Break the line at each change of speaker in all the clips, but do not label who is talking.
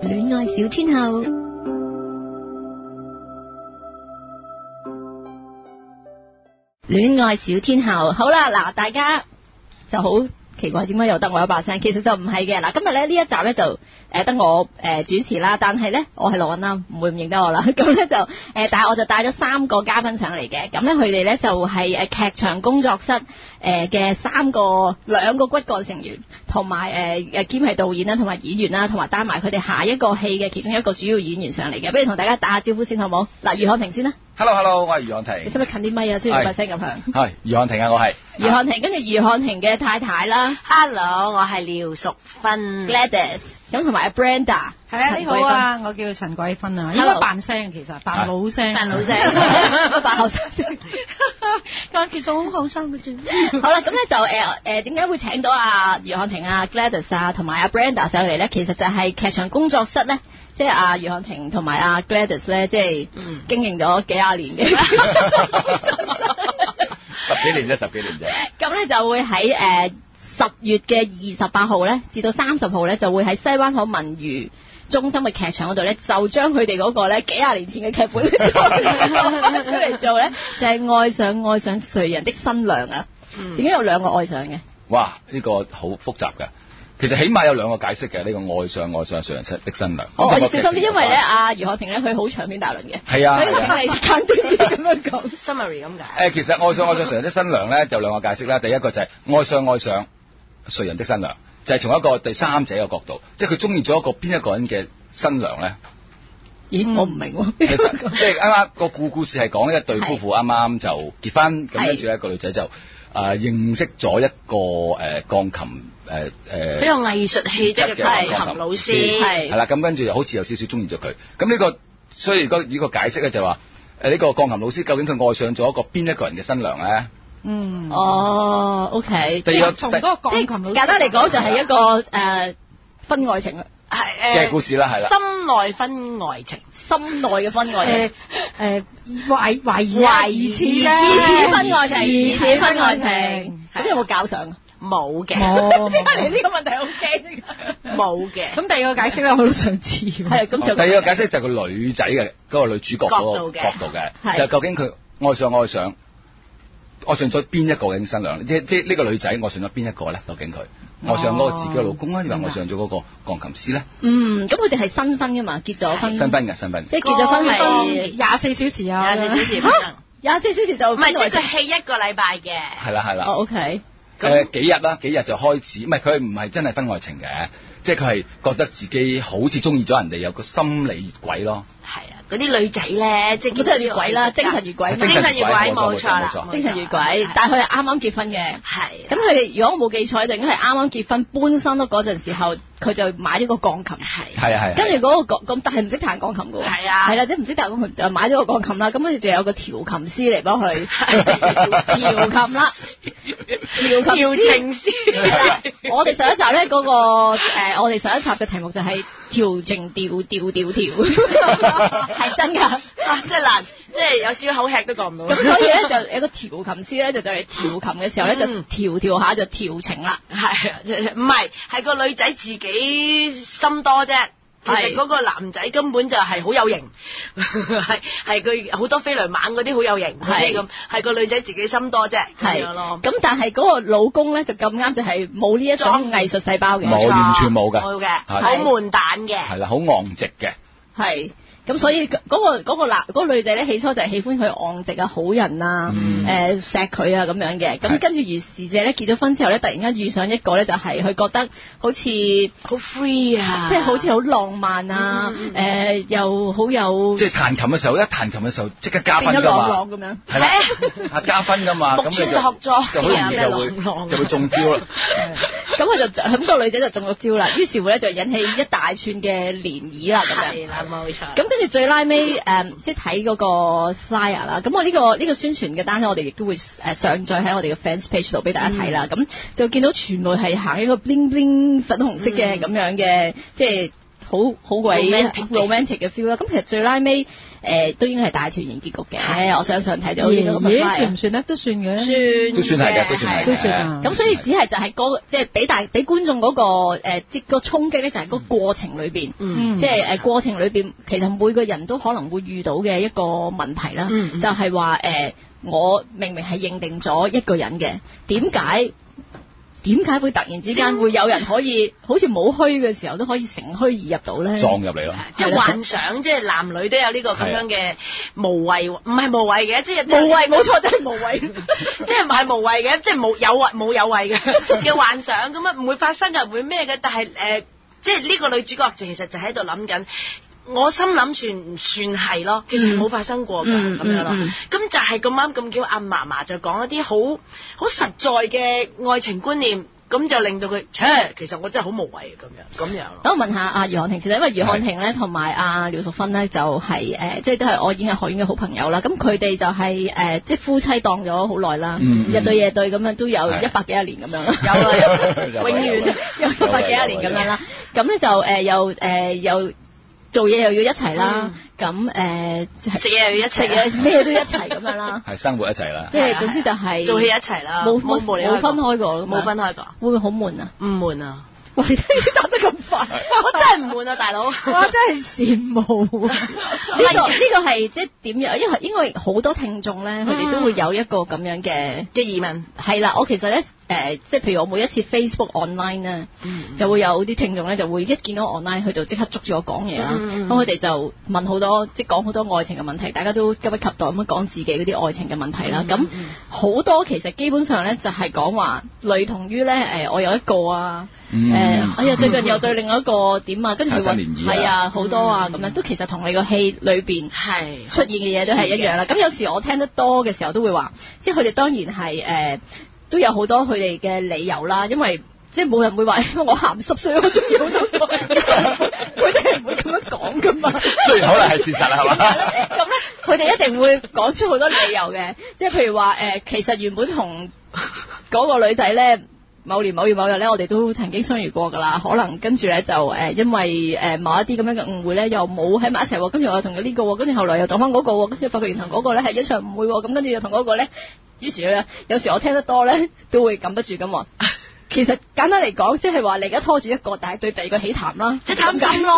小天后。恋爱小天后，好啦，嗱，大家就好奇怪，點解又得我一把聲？其實就唔係嘅，嗱，今日咧呢一集咧就誒得我誒主持啦，但係咧我係錄音啦，啊唔會唔認得我啦。 咁咧就誒，但係我就帶咗三個嘉賓上嚟嘅，咁咧佢哋咧就係誒劇場工作室誒嘅三個兩個骨幹成員，同埋誒誒兼係導演啦，同埋演員啦，同埋帶埋佢哋下一個戲嘅其中一個主要演員上嚟嘅，不如同大家打下招呼先好冇？嗱，余漢庭先啦，
Hello Hello，我係余漢
你
庭，
使唔使近啲咪啊？雖然把聲咁響。
係余漢庭啊，我係
余漢庭，跟住余漢庭嘅太太啦
哦
Hello，我係廖淑芬。
，Gladys，咁同埋阿 Brenda，
系啊，你好啊，我叫陳桂芬啊，應該
Hello
扮聲其實扮老聲，
陳桂芬，扮老聲，扮後 生聲。
我其實好後生嘅啫。
好啦，咁咧就誒誒點解會請到阿余漢庭啊、Gladys 啊同埋阿 Brenda 上嚟咧？其實就係劇場工作室咧，即係阿余漢庭同埋阿 Gladys 咧，即係
嗯
經營咗幾廿年嘅。
十幾年啫，十幾年啫。
咁咧就會喺誒十月嘅二十八號咧，至到三十號咧，就會喺西灣河文娛中心嘅劇場嗰度咧，就將佢哋嗰個咧幾廿年前嘅劇本 再攞返出嚟做咧，就係、愛上愛上誰人的新娘啊！點解有兩個愛上嘅？
哇，呢、個好複雜㗎。其實起碼有兩個解釋嘅，呢、個愛上愛上誰人的新娘。
我
個
就哦小
哦劇
心啲，
情
因為咧，
講
阿余學婷咧，佢好長篇大論嘅，
係啊
所以
係啊
請你簡短啲 咁樣講。
Summary 咁解。
誒，其實愛上愛上誰人的新娘咧，就兩個解釋啦。第一個就係愛上愛上誰人的新娘，就係、從一個第三者嘅角度，即係佢中意咗一個邊一個人嘅新娘咧。
咦，我唔明 喎。
其實即係啱啱個故故事係講呢一對夫婦啱啱就結婚，咁跟住咧個女仔就啊認識咗一個誒呃鋼琴誒
比
啊
誒
較藝術氣質嘅
係
鋼琴老師。
係
係啦，咁跟住又好似有少少中意咗佢。咁呢個所以如果呢個解釋咧就話誒呢個鋼琴老師究竟佢愛上咗一個邊一個人嘅新娘咧？
嗯，
哦，OK，
第二個
從嗰個
即係
鋼琴老師
簡單嚟講，就係一個誒婚外情啦，啊
哦係
嘅故事啦係啦
心內婚外情。
心內嘅婚外情
誒。誒懷懷疑
懷
懷
疑
疑
似
似
疑似
啫
婚外情，疑
疑
似
似
婚
婚
外
外
情
情，
咁有冇搞上啊？
冇嘅，
冇
點解你呢個問題好驚？
冇嘅。
咁第二個解釋咧，我都想知喎。
係 咁就
第二個解釋哦就係個女仔嘅嗰個女主角嗰個
角
角
度
度
係
嘅，就究竟佢愛上愛上愛上咗邊一個嘅新娘？即即呢個女仔愛上咗邊一個咧？究竟佢
哦
愛上嗰個自己嘅老公啊，定係愛上咗嗰個鋼琴師咧？
嗯，咁佢哋係新婚噶嘛，結咗婚，
新婚嘅新婚，
即係結咗婚係
廿四小時啊，
廿四小 時
嚇廿四小時就
唔係
婚
即
外
係
情。
佢戲一個禮拜嘅。
係啦係
哦
啦。
，OK，
誒幾日啦，幾日就開始，唔係佢唔係真係婚外情嘅，即係佢係覺得自己好似中意咗人哋，有個心理越軌咯。
係啊，嗰啲女仔咧，即係
咁都係越軌啦，精神越軌嘛
精，神越軌冇
冇
錯
錯
啦
冇錯，
精神越軌，但係佢係啱啱結婚嘅。
係
咁佢哋如果我冇記錯，就應該係啱啱結婚搬新屋嗰陣時候，佢就買咗個鋼琴。
係
係啊係啊。
跟住嗰個鋼咁，但係唔識彈鋼琴嘅喎。
係啊
係啦，即係唔識彈鋼琴，就買咗個鋼琴啦。咁跟住就有個調琴師嚟幫佢調琴啦。調琴
調
師。
情師
我哋上一集咧嗰、個、呃、我哋上一集嘅題目就係調整調調調調，係真㗎。
啊，即係難，即係有少少口吃都講唔到。
咁所以咧就有個調琴師咧就就嚟調琴嘅時候咧就
嗯
調調下就調情啦。
係啊，唔係係個女仔自己心多啫。其
係
實嗰個男仔根本就係好有型， 係係佢好多飛雷猛嗰啲好有型嗰
係
啲咁，係個女仔自己心多啫咁
係
樣咯。
咁但係嗰個老公咧就咁啱就係冇呢一種藝術細胞嘅。
冇完全冇㗎
冇嘅，
係
好悶蛋
係
嘅，
啦，好昂直嘅，
係。咁所以嗰、個嗰、個男嗰、個女仔咧，起初就係喜歡佢昂直啊、好人啊、
嗯
誒錫佢啊咁樣嘅。咁
係
跟住如是者咧結咗婚之後咧，突然間遇上一個咧，就係、佢覺得好似即
好 free 啊，
係好似好浪漫啊，誒、
嗯嗯嗯
又好有
即係彈琴嘅時候，一彈琴嘅時候即刻加分
變咗
㗎
朗
嘛
朗。咁樣。
係啦，啊加分噶嘛，咁
木
你就
村拓哉
就好容易
咩
就
郎朗啊
會就會中招啦。
咁佢就咁、個女仔就中咗招啦，於是乎咧就引起一大串嘅漣漪啦咁樣。
係啦，冇錯。
咁跟住最拉尾誒，嗯即係睇嗰個 flyer 啦。咁我呢、個呢、個宣傳嘅單咧，我哋亦都會誒上載喺我哋嘅 fans page 度俾大家睇啦。
嗯嗯
咁、就見到傳媒係行一個 bling bling 粉紅色嘅咁樣嘅，即係好好鬼
Romantic 嘅
romantic 嘅 feel 啦。咁其實最拉尾誒都應該係大團圓結局嘅，我相信睇到呢個咁嘅
爺
vibe
算唔算咧？都算嘅，
算
都算係嘅，都算係
都算啊
嗯
嘅。
咁所以只係就係嗰即係俾大俾觀眾嗰、個誒即、個衝擊咧，就係嗰個過程裏邊。
嗯
嗯
即係誒呃過程裏邊，其實每個人都可能會遇到嘅一個問題啦，
嗯嗯
就係話誒，我明明係認定咗一個人嘅，點解點解會突然之間會有人可以好似冇虛嘅時候都可以乘虛而入到咧？
撞入嚟咯，
即
啊
係幻想，即係男女都有呢個咁樣嘅無謂，唔係無謂嘅，即係
無謂，冇錯，真係無謂。
即係唔係無謂嘅，即係冇有謂冇有 謂嘅嘅幻想咁啊，唔會發生嘅，唔會咩嘅。但係誒、呃即係呢個女主角其實就喺度諗緊。我心諗算唔算係咯？其實冇發生過㗎
嗯
咁、樣咯。咁、
嗯嗯
就係咁啱咁叫阿嫲嫲就講一啲好好實在嘅愛情觀念，咁就令到佢，切，其實我真係好無謂嘅咁樣咁樣咯。
等我問下阿余漢庭先啦，因為余漢庭咧同埋阿廖淑芬咧就係、誒，即係都係我演藝學院嘅好朋友啦。咁佢哋就係、誒，即係夫妻檔咗好耐啦，
嗯嗯
日對夜對咁樣都有
係
一百幾十年咁樣啦。
有啦有
有
啦，
啦
永遠
有一百幾廿年咁樣啦。咁咧就誒又誒又做嘢又要一齊啦，咁誒
食嘢又要一
食
齊啦，
嘢咩都一齊咁樣啦。
係生活一齊啦。
即係總之就係
做戲一齊啦，
冇
冇
冇
無理開
冇分開過咁樣
冇分開過，
會唔會好悶啊？
唔悶啊！
喂，你答得咁快，
我真係唔悶啊，大佬。
我真係羨慕啊！
呢個呢個係即係點樣？因為因為好多聽眾
嗯
咧，佢哋都會有一個咁樣嘅
嘅疑問，
係啦。我其實咧誒，即係譬如我每一次 Facebook online
嗯
咧。就會有啲聽眾咧，就會一見到我 online，佢就即刻捉住我講嘢啦。
嗯嗯嗯
咁佢哋就問好多，即係講好多愛情嘅問題，大家都急不及待咁樣講自己嗰啲愛情嘅問題啦。咁
嗯嗯
好多其實基本上咧，就係講話類同於咧誒，我有一個啊，
Ừ.
誒、
嗯，
哎呀，最近又對另外一個點啊，跟住佢 話
產生漣漪啊
係啊，好多啊，咁
嗯
樣都其實同你個戲裏邊。
係
出現嘅嘢都係一樣啦。咁有時我聽得多嘅時候都會話，即係佢哋當然係誒、呃都有好多佢哋嘅理由啦，因為。即係冇人會話， 因為我鹹濕，所以我中意好多 個，佢哋係唔會咁樣講噶嘛。
雖然可能係事實啦，係嘛？
咁咧，佢哋一定會講出好多理由嘅，即係譬如話誒、呃其實原本同嗰個女仔咧，某年某月某日咧，我哋都曾經相遇過㗎啦。可能跟住咧就誒、呃因為誒、呃某一啲咁樣嘅誤會咧，又冇喺埋一齊喎。跟住我又同咗呢個喎，跟住後來又撞翻嗰個喎，跟住發覺原來嗰個咧係一場誤會喎。咁跟住又同嗰個咧，於是咧有時我聽得多咧， 都會禁不住咁話。 其實簡單嚟講，即係話你而家拖住一個，但係對第二個起痰啦，
即係貪心咯。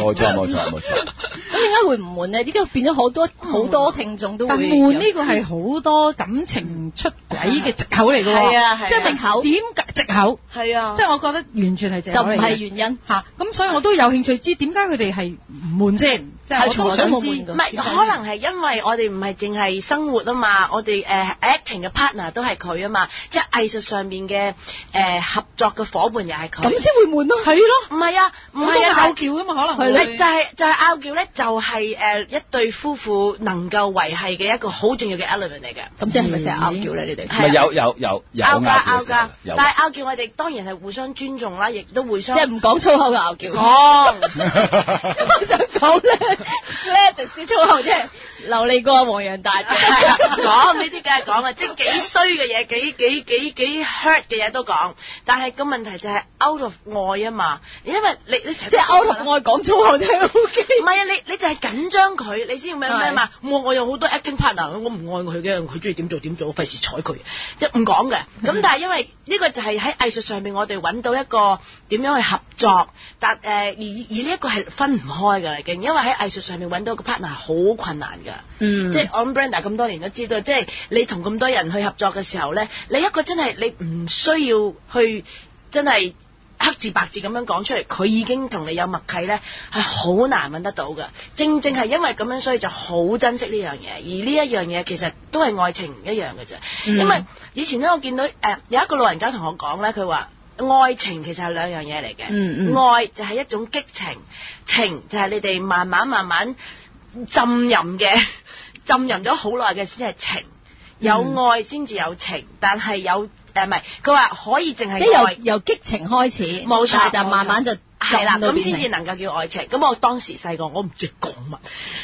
冇錯冇錯冇錯，
咁點解會唔悶咧？點解變咗好多好多聽眾都會
但
有？
悶呢個係好多感情出軌嘅藉口嚟嘅喎，
係啊係啊
即係藉口點解藉口？
係啊，
即係我覺得完全係藉
就
口
唔
嚟
係
嘅。
原因。
嚇，咁所以我都有興趣知點解佢哋係唔悶先，即係
係
我
從
都
來都
想
冇
知。
悶㗎
唔係，可能係因為我哋唔係淨係生活啊嘛，我哋誒、呃 acting 嘅 partner 都係佢啊嘛，即係藝術上面嘅誒合作嘅伙伴又係
咁
佢。
先會悶咯，係咯。
唔係啊，唔
唔係
係啊，
拗撬噶嘛，可能
係
會
咧就係、就係拗撬咧，就係、誒、一對夫婦能夠維係嘅一個好重要嘅 element 嚟嘅。
咁即係咪成日拗撬咧？你哋
咪
係
有有有有
拗
拗
架
嘅時
拗
候
架，
有
但
㗎。
係拗撬我哋當然係互相尊重啦，亦都互
即
相
係唔講粗口嘅拗撬。
講。
我想講咧，咧迪士粗口即係流利過黃洋 大姐。
係啊講呢啲梗係講啊，即係幾衰嘅嘢，幾幾幾幾 hurt 嘅嘢都講。但係個問題就係 out of 愛啊嘛，因為你你成日
即係歐同愛講粗口真係 O K。
唔係啊，你你就係緊張佢，你先要咩咩嘛。我我有好多 acting partner，我唔愛佢嘅，佢中意點做點做，我費事睬佢，即係唔講嘅。
嗯
咁但係因為呢個就係喺藝術上面，我哋揾到一個點樣去合作，但誒、呃而而呢一個係分唔開㗎啦已經，因為喺藝術上面揾到個 partner 好困難㗎。
嗯
即
即
係
係
我諗 Brenda 咁多年都知道，即係你同咁多人去合作嘅時候咧，你一個真係你唔需要去真係黑字白字咁樣講出嚟，佢已經同你有默契咧，係好難揾得到嘅。正正係因為咁樣，所以就好珍惜呢樣嘢。而呢一樣嘢其實都係愛情一樣嘅啫，
嗯
因為以前咧我見到誒、呃有一個老人家同我講咧，佢話。愛情其實係兩樣嘢嚟嘅，
嗯嗯
愛就係一種激情，情就係你哋慢慢慢慢浸淫嘅， 浸淫咗好耐嘅先係情，
嗯
有愛先至有情，但係有誒唔係，佢話可以淨
即係
係
由
愛。
由激情開始，
冇錯
但係就慢慢就
係啦，
浸到
咁
變
先至
形
能夠叫愛情。咁我當時細個我唔知講乜，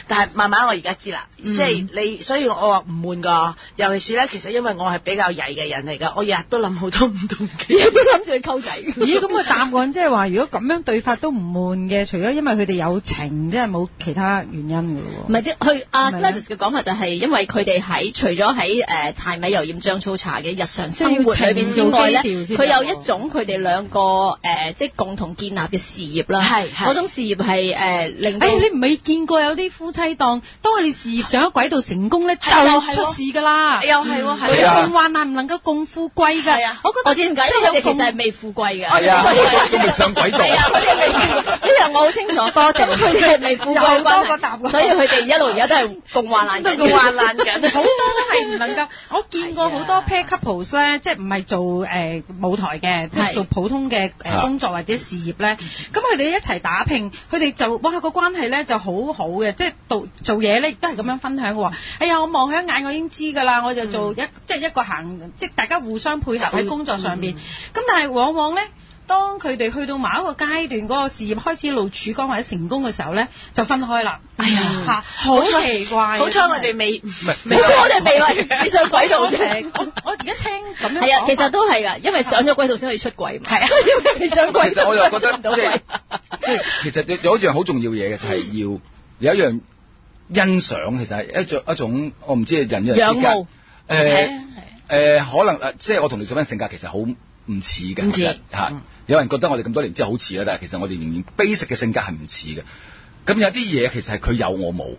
但係慢慢我而家知啦，
嗯
即係你，所以我話唔悶噶。尤其是咧，其實因為我係比較曳嘅人嚟噶，我日日都諗好多唔同嘅。
都諗住去溝仔。
咦，咁佢答案即係話，如果咁樣對法都唔悶嘅，除咗因為佢哋有情，即係冇其他原因噶咯
唔。係即佢阿
係咪咧
Gladys 嘅講法就係因為佢哋喺除咗喺誒柴米油鹽醬醋茶嘅日常生活裏邊之外咧，
即係要情調先
佢有一種佢哋兩個誒、呃即係共同建立嘅事業啦。
係係
嗰種事業係誒、呃令到
哎，你唔未見過有啲夫妻檔，當佢哋事業上咗軌道成功咧，就
係又係喎
出事㗎啦。
又哎係喎，
佢
係
係啊
哋共患難唔能夠共富貴
係
㗎
啊。
我覺得
我知點解，因為佢哋其實係未富貴嘅。
係啊，都未上軌
係啊，佢
道。
哋未富貴呢樣我好清楚，多謝佢哋係未富貴嘅
又多個
關
答
係，
案
所以佢哋一路而家都係共患難緊
都叫患 難緊。
好多都係唔 能
啊
夠。我見過好多
係啊
pair couples 咧，即係唔係做誒、呃舞台嘅，都
係
係做普通嘅誒
啊
工作或者事業咧。咁佢哋一齊打拼，佢哋就哇個關係咧就好好嘅，即係做做嘢咧亦都係咁樣分享嘅喎。哎呀，我望佢一眼我已經知㗎啦，我就做
嗯
一、即係一個行，即係大家互相配合喺工作上
嗯
邊。咁、但係往往咧。當佢哋去到某一個階段，嗰、個事業開始一路曙光或者成功嘅時候咧，就分開啦。
哎呀
嚇好
好彩
奇怪啊！
好彩
真
我
係
哋未
好彩我哋未為未上軌道
我
啫。
我而家聽咁樣
係啊，其實
實
都係噶，因為上咗軌道先可以出軌嘛。係啊，因為你上軌
其實
道
我又覺
出唔到
得即係
軌。
即係其實有有一樣好重要嘢嘅就係要有一樣欣賞，其實係一種一種我唔知係人與人
仰
之
慕
間。
係啊
誒誒，呃可能誒，即係我同你做翻性格其實好唔似
唔
嘅，
似
其實嚇
嗯。
有人覺得我哋咁多年之後好似啦，但係其實我哋仍然 basic 嘅性格係唔似嘅。咁有啲嘢其實係佢有我冇，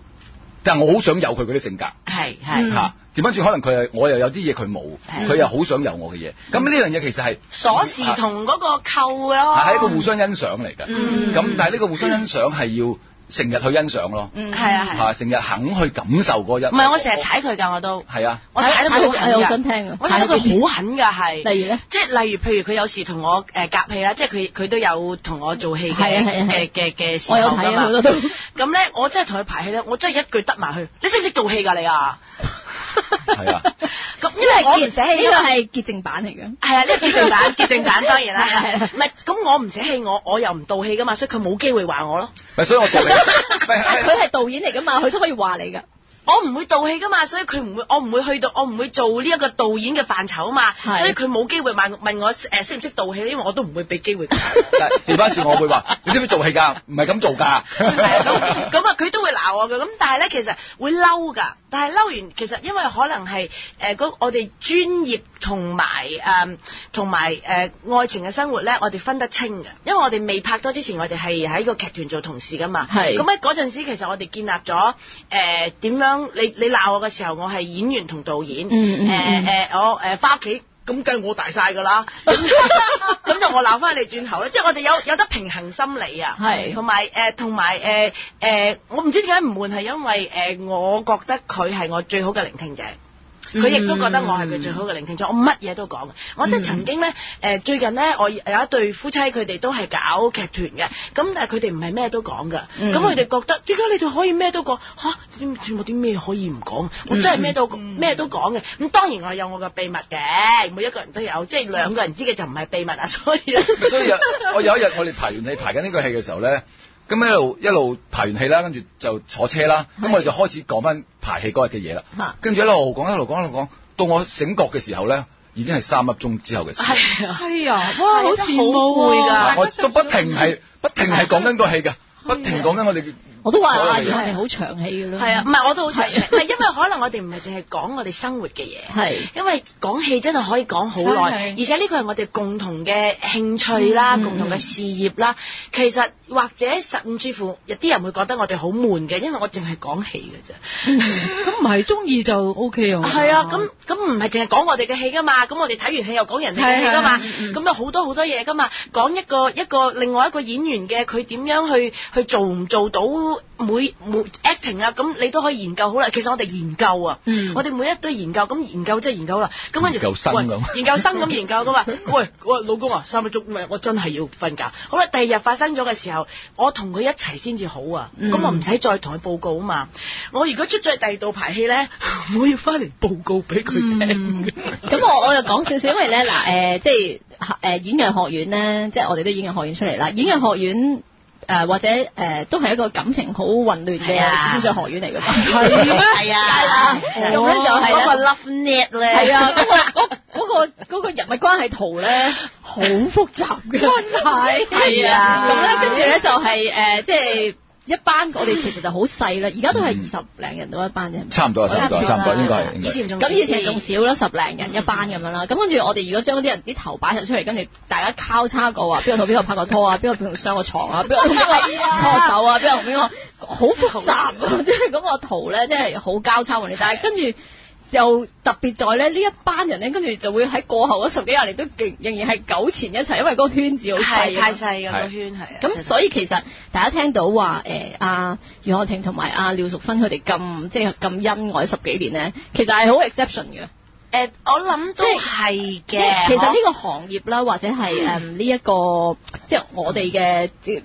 但係我好想有佢嗰啲性格。
係
嗯
係
嚇，調翻轉可能佢係我又有啲嘢佢冇，
係
佢又好想有我嘅嘢。咁呢樣嘢其實係
鎖匙同嗰個扣咯，
係一個互相欣賞嚟嘅。
嗯
咁但係呢個互相欣賞係要成日去欣賞咯，
嗯
係啊係
嚇成日肯去感受嗰一。
唔係我成日踩佢㗎，我都
係啊，
我踩得
踩
佢
到
好
係
狠
我
㗎
想聽啊
我踩得佢好狠㗎係。
例如咧，
即係例如，譬如佢有時同我誒夾戲啦，即係佢佢都有同我做戲
係啊
嘅
係啊係
嘅嘅嘅時
我
候
有睇啊，
㗎嘛
好。多都。
咁咧，我真係同佢排戲咧，我真係一句得埋去，你識唔識做戲㗎你啊？
係啊。
咁因
因為
為我唔
我
寫戲
呢
㗎
個
嘛。
係潔淨版嚟嘅。
係啊，呢個潔淨版，潔淨版當然
係係
啦，唔係咁我唔寫戲，我我又唔道戲㗎嘛，所以佢冇機會話我咯，
咪所以我 讀你，
但係
咪
啊佢係導演嚟噶嘛，佢都可以話你噶。
我唔會道戲㗎嘛，所以佢唔會，我唔會去到，我唔會做呢一個導演嘅範疇啊嘛，
係
所以佢冇機會問問我誒識唔識道戲，因為我都唔會俾機會佢。
但係調翻轉我會話， 你知唔知做戲㗎？唔係咁做㗎。
係咁咁啊，佢都會鬧我嘅。咁但係咧，其實會嬲㗎。但係嬲完，其實因為可能係誒嗰我哋專業同埋誒同埋誒愛情嘅生活咧，我哋分得清嘅。因為我哋未拍拖之前，我哋係喺個劇團做同事㗎嘛。
係
咁喺嗰陣時，其實我哋建立咗誒點樣？你你鬧我嘅時候，我係演員同導演。呃
嗯嗯嗯
誒誒，我誒翻屋企。咁計我大晒㗎啦，咁咁就我鬧翻你轉頭啦，即係我哋有有得平衡心理啊，
係
同埋誒，同埋誒誒，我唔知點解唔悶，係因為誒、我覺得佢係我最好嘅聆聽者。佢亦都覺得我係佢最好嘅聆聽者，我乜嘢都講嘅。我即係曾經咧，誒、最近咧，我有一對夫妻，佢哋都係搞劇團嘅，咁但係佢哋唔係咩都講㗎。
嗯
咁佢哋覺得點解你哋可以咩都講？吓，點點有啲咩可以唔講？我真係咩都咩、都講嘅。咁當然我有我嘅秘密嘅，每一個人都有，即係兩個人知嘅就唔係秘密啊。 所以咧，
咪 所以有我有一日我哋排完戲排緊呢個戲嘅時候咧，咁一路一路排完戲啦，跟住就坐車啦，咁我哋就開始講翻排戲嗰日嘅嘢
嚇
啦。跟住一路講一路講一路講，到我醒覺嘅時候咧，已經係三粒鐘之後嘅事。
係啊。
係啊，哇，好羨慕
係啊
啊
㗎！
我都不停係不停係講緊個戲㗎，不停講緊我哋嘅。
我都話
所有
阿
嘅
怡
嘢
係好長氣噶啦。
係啊，唔，係我都好長氣，唔係因為可能我哋唔係淨係講我哋生活嘅嘢，
係
因為講戲真係可以講好耐，
係係
而且呢個係我哋共同嘅興趣啦，
嗯
共同嘅事業啦。其實或者甚至乎有啲人會覺得我哋好悶嘅，因為我淨係講戲嘅啫。
咁唔係中意就 O K 啊。
係啊，咁咁唔係淨係講我哋嘅戲噶嘛，咁我哋睇完戲又講人哋嘅戲噶嘛，
係係
咁有好多好多嘢噶嘛，講一個一個另外一個演員嘅佢點樣去去做唔做到每每 acting 啊，咁你都可以研究好啦。其實我哋研究啊，
嗯
我哋每一堆研究，咁研究即係研究啦，咁跟住
研究生咁
喂研究生咁研究 噶嘛。喂，我老公啊，三分鐘，唔係我真係要瞓覺。好啦，第二日發生咗嘅時候，我同佢一齊先至好啊，咁、
嗯
我唔使再同佢報告啊嘛。我如果出咗去第二度排戲 咧，
嗯
我要翻嚟報告俾佢聽嘅。
咁我我又講少少，因為咧嗱誒，即係诶演藝學院咧，即係我哋都演藝學院出嚟啦。演藝學院诶、呃或者诶、呃都係一個感情好混亂嘅
係啊
資助學院嚟㗎嘛。
係咩？係
啊
咁咧就係啊
嗰個
love net 咧
係
係
啊，
啊，
嗰、個嗰、嗰個嗰、個人物關係圖咧，好複雜嘅。
係
係啊，咁咧
咁咧
跟
跟
住
住咧
咧就係、呃即係一班我哋其實就好細啦，而家都係二十零人到一班啫。係咪
差唔多啊，差唔多啊，差唔多，應該係應該
以
係。
前仲
咁以前仲少啦，十零人一班咁樣啦。咁跟住我哋如果將啲人啲頭擺晒出嚟，跟住大家交叉過 話，邊個同邊個拍過拖啊，邊個同上過床啊，邊個同邊個拖手啊，邊個同邊個，好複雜啊！即係嗰個圖咧，即係好交叉混亂。但係跟住又特別在咧，呢一班人咧，跟住就會喺過後嗰十幾廿年都仍仍然係糾纏一齊，因為嗰個圈子好細啊
係太
嘛。
細㗎個圈係啊，
咁所以其實大家聽到話誒阿袁漢庭同埋阿廖淑芬佢哋咁即係咁恩愛十幾年咧，其實係好 exception 嘅。
誒我諗都係
即係
嘅，
其實呢個行業啦，或者係誒呢一個，即係我哋嘅即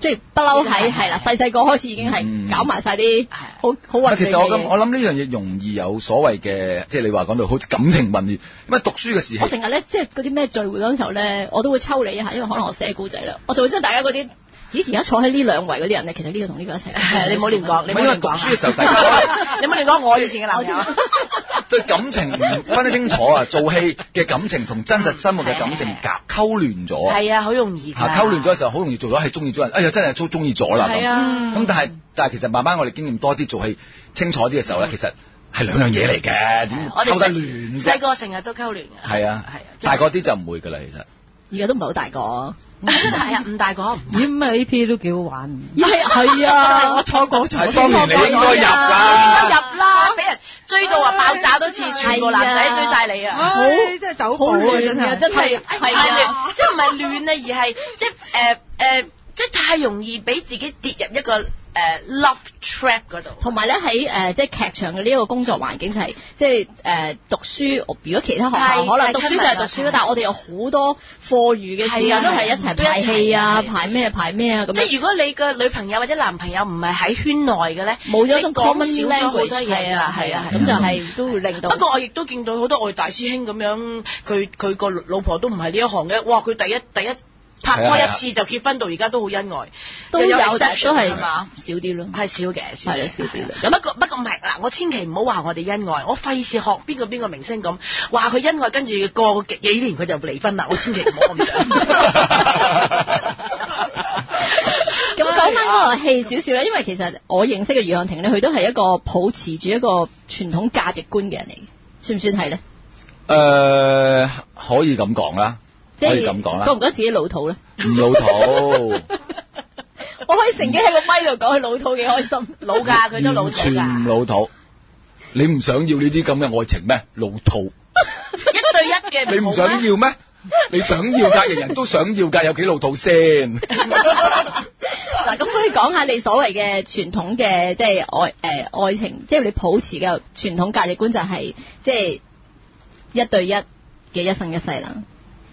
即係不嬲喺係啦，細細個開始已經係
嗯
搞埋晒啲
係
好好混亂
啊其
嘅
實我咁，
嘢。
我諗呢樣嘢容易有所謂嘅，即係你話講到好似感情混亂，因為讀書嘅時
我
期，
成日咧，即係嗰啲咩聚會嗰陣時候咧，我都會抽你一下，因為可能我寫故仔啦，我就會將大家嗰啲，咦而家坐喺呢兩位嗰啲人咧，其實呢個同呢個一齊。
係你唔好亂講，
唔
你唔
係
好
因為
亂
讀
講
書嘅時候，大家
你唔好亂講我以前 嘅男朋友。
對感情唔分得清楚啊，做戲嘅感情同真實生活嘅感情夾溝亂咗啊，
係啊，好容易㗎。
嚇溝亂咗嘅時候，好容易做咗係中意咗人，哎呀真係都中意咗啦
係
咁。
啊，
咁但係但係其實慢慢我哋經驗多啲，做戲清楚啲嘅時候咧，其實係兩樣嘢嚟嘅，點
我哋
溝得亂
細
啫？
個成日都溝亂㗎。
係啊
係啊，，
大個啲就唔會㗎啦，其實。
而家都唔係好大 個。
係啊，唔大個唔
咦咁啊呢批都幾好玩。
咦係啊，我錯過
係當年你應該入啦。
入啦，俾人追到話爆炸都似全個男仔追晒你
哦
啊！
好，哎真係走寶啊！真係
真係
係
係啊！
啊，即係唔係亂啊，而係即係誒誒，即係太容易俾自己跌入一個誒 love trap 嗰度。
同埋咧喺誒即係劇場嘅呢一個工作環境就係即係誒讀書，如果其他學校
係
可能
係
讀書就
親密
係
㗎
讀書啦，但係我哋有好多課餘嘅時間
係
都
啊
係一齊排戲啊、
都一齊係
排咩排咩啊咁
即係
樣，
如果你個女朋友或者男朋友唔係喺圈內嘅咧，
冇咗一種
你講
common
少咗好多
language
嘢
係啊係啊，
係
咁就係都會令到
不。過我亦都見到好多我哋大師兄咁樣，佢佢個老婆都唔係呢一行嘅，哇！佢第一第一拍
係
拖
啊係
一
啊
次就結婚，到而家都好恩愛，
都有，但係
exception
都係
係嘛？
少啲咯，
係少嘅，少
係
嘅
啦，少啲啦。啊
咁不過不過唔係嗱，我千祈唔好話我哋恩愛，我費事學邊個邊個明星咁話佢恩愛，跟住過幾幾年佢就離婚啦，我千祈唔好咁 想。
咁講翻
啊
嗰個戲少少咧，因為其實我認識嘅余漢庭咧，佢都係一個抱持住一個傳統價值觀嘅人嚟嘅，算唔算係咧？
誒、可以咁講啦，
即
可以
係
咁講
覺
啦
唔，覺得自己老土咧？
唔老土，
我可以乘機喺個咪度講佢老土幾開心，
老㗎，佢都老
完
咗
全唔
㗎，
老土。你唔想要呢啲咁嘅愛情咩？老土，
一對一嘅
你唔
好
想
咩
要咩？你想要㗎，人人都想要㗎，有幾老土先？
嗱，咁可以講下你所謂嘅傳統嘅即係愛誒、愛情，即係你抱持嘅傳統價值觀就係、即係一對一嘅一生一世啦。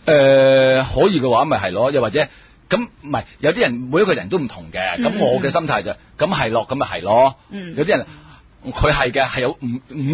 誒、可以嘅話，咪係咯，又或者咁唔係有啲人每一個人都唔同嘅，咁、
嗯
我嘅心態就咁係咯，咁咪係咯。
嗯
有啲人佢係嘅，係有五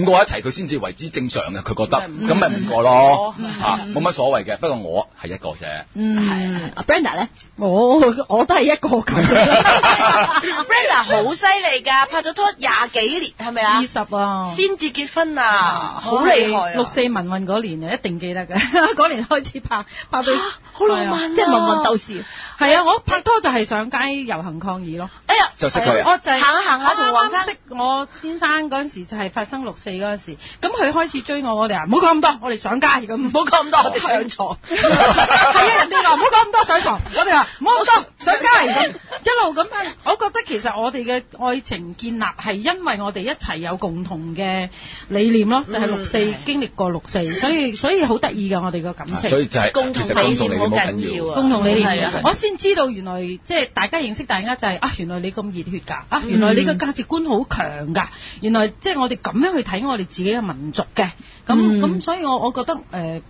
五個一齊，佢先至為之正常嘅，佢覺得
嗯
咁咪五個咯
嗯
嚇，冇乜所謂嘅。不過我係一個啫，
嗯，阿 Brenda 咧，
我我都係一個咁，
？Brenda 好犀利㗎，拍咗拖廿幾年係咪啊
二？十啊。
先至結婚啊，好
我哦係
厲害啊！
六四民運嗰年啊，一定記得嘅。 嗰年開始拍，拍到
好浪漫啊
即係文文鬥士，
係啊，我拍拖就係上街遊行抗議咯。
哎呀，
就識佢啊。
我就係
行下行下同
我
黃生
啱啱識我先生嗰陣時，就係發生六四嗰陣時，咁佢開始追我，我哋啊唔好講咁多，我哋上街咁，唔好
冇 講咁多，我哋上床。
係啊，人哋話唔好講咁多上床，我哋話唔好咁多上街 咁，一路咁樣。我覺得其實我哋嘅愛情建立係因為我哋一齊有共同嘅理念咯，就係六四
嗯
經歷過六四，所以所以好得意嘅我哋嘅感
啊
情
所。以就係
共
其
同
實
理
共同理
念
念
好
好
緊
緊
要
要
啊！
共同理
係
念
啊係啊，
我先知道原來即係大家認識大家就係、啊，原來你咁熱血㗎，
嗯
啊原來你個價值觀好強㗎，原來即係我哋咁樣去睇我哋自己嘅民族嘅，咁咁、
嗯
所以我我覺得誒、呃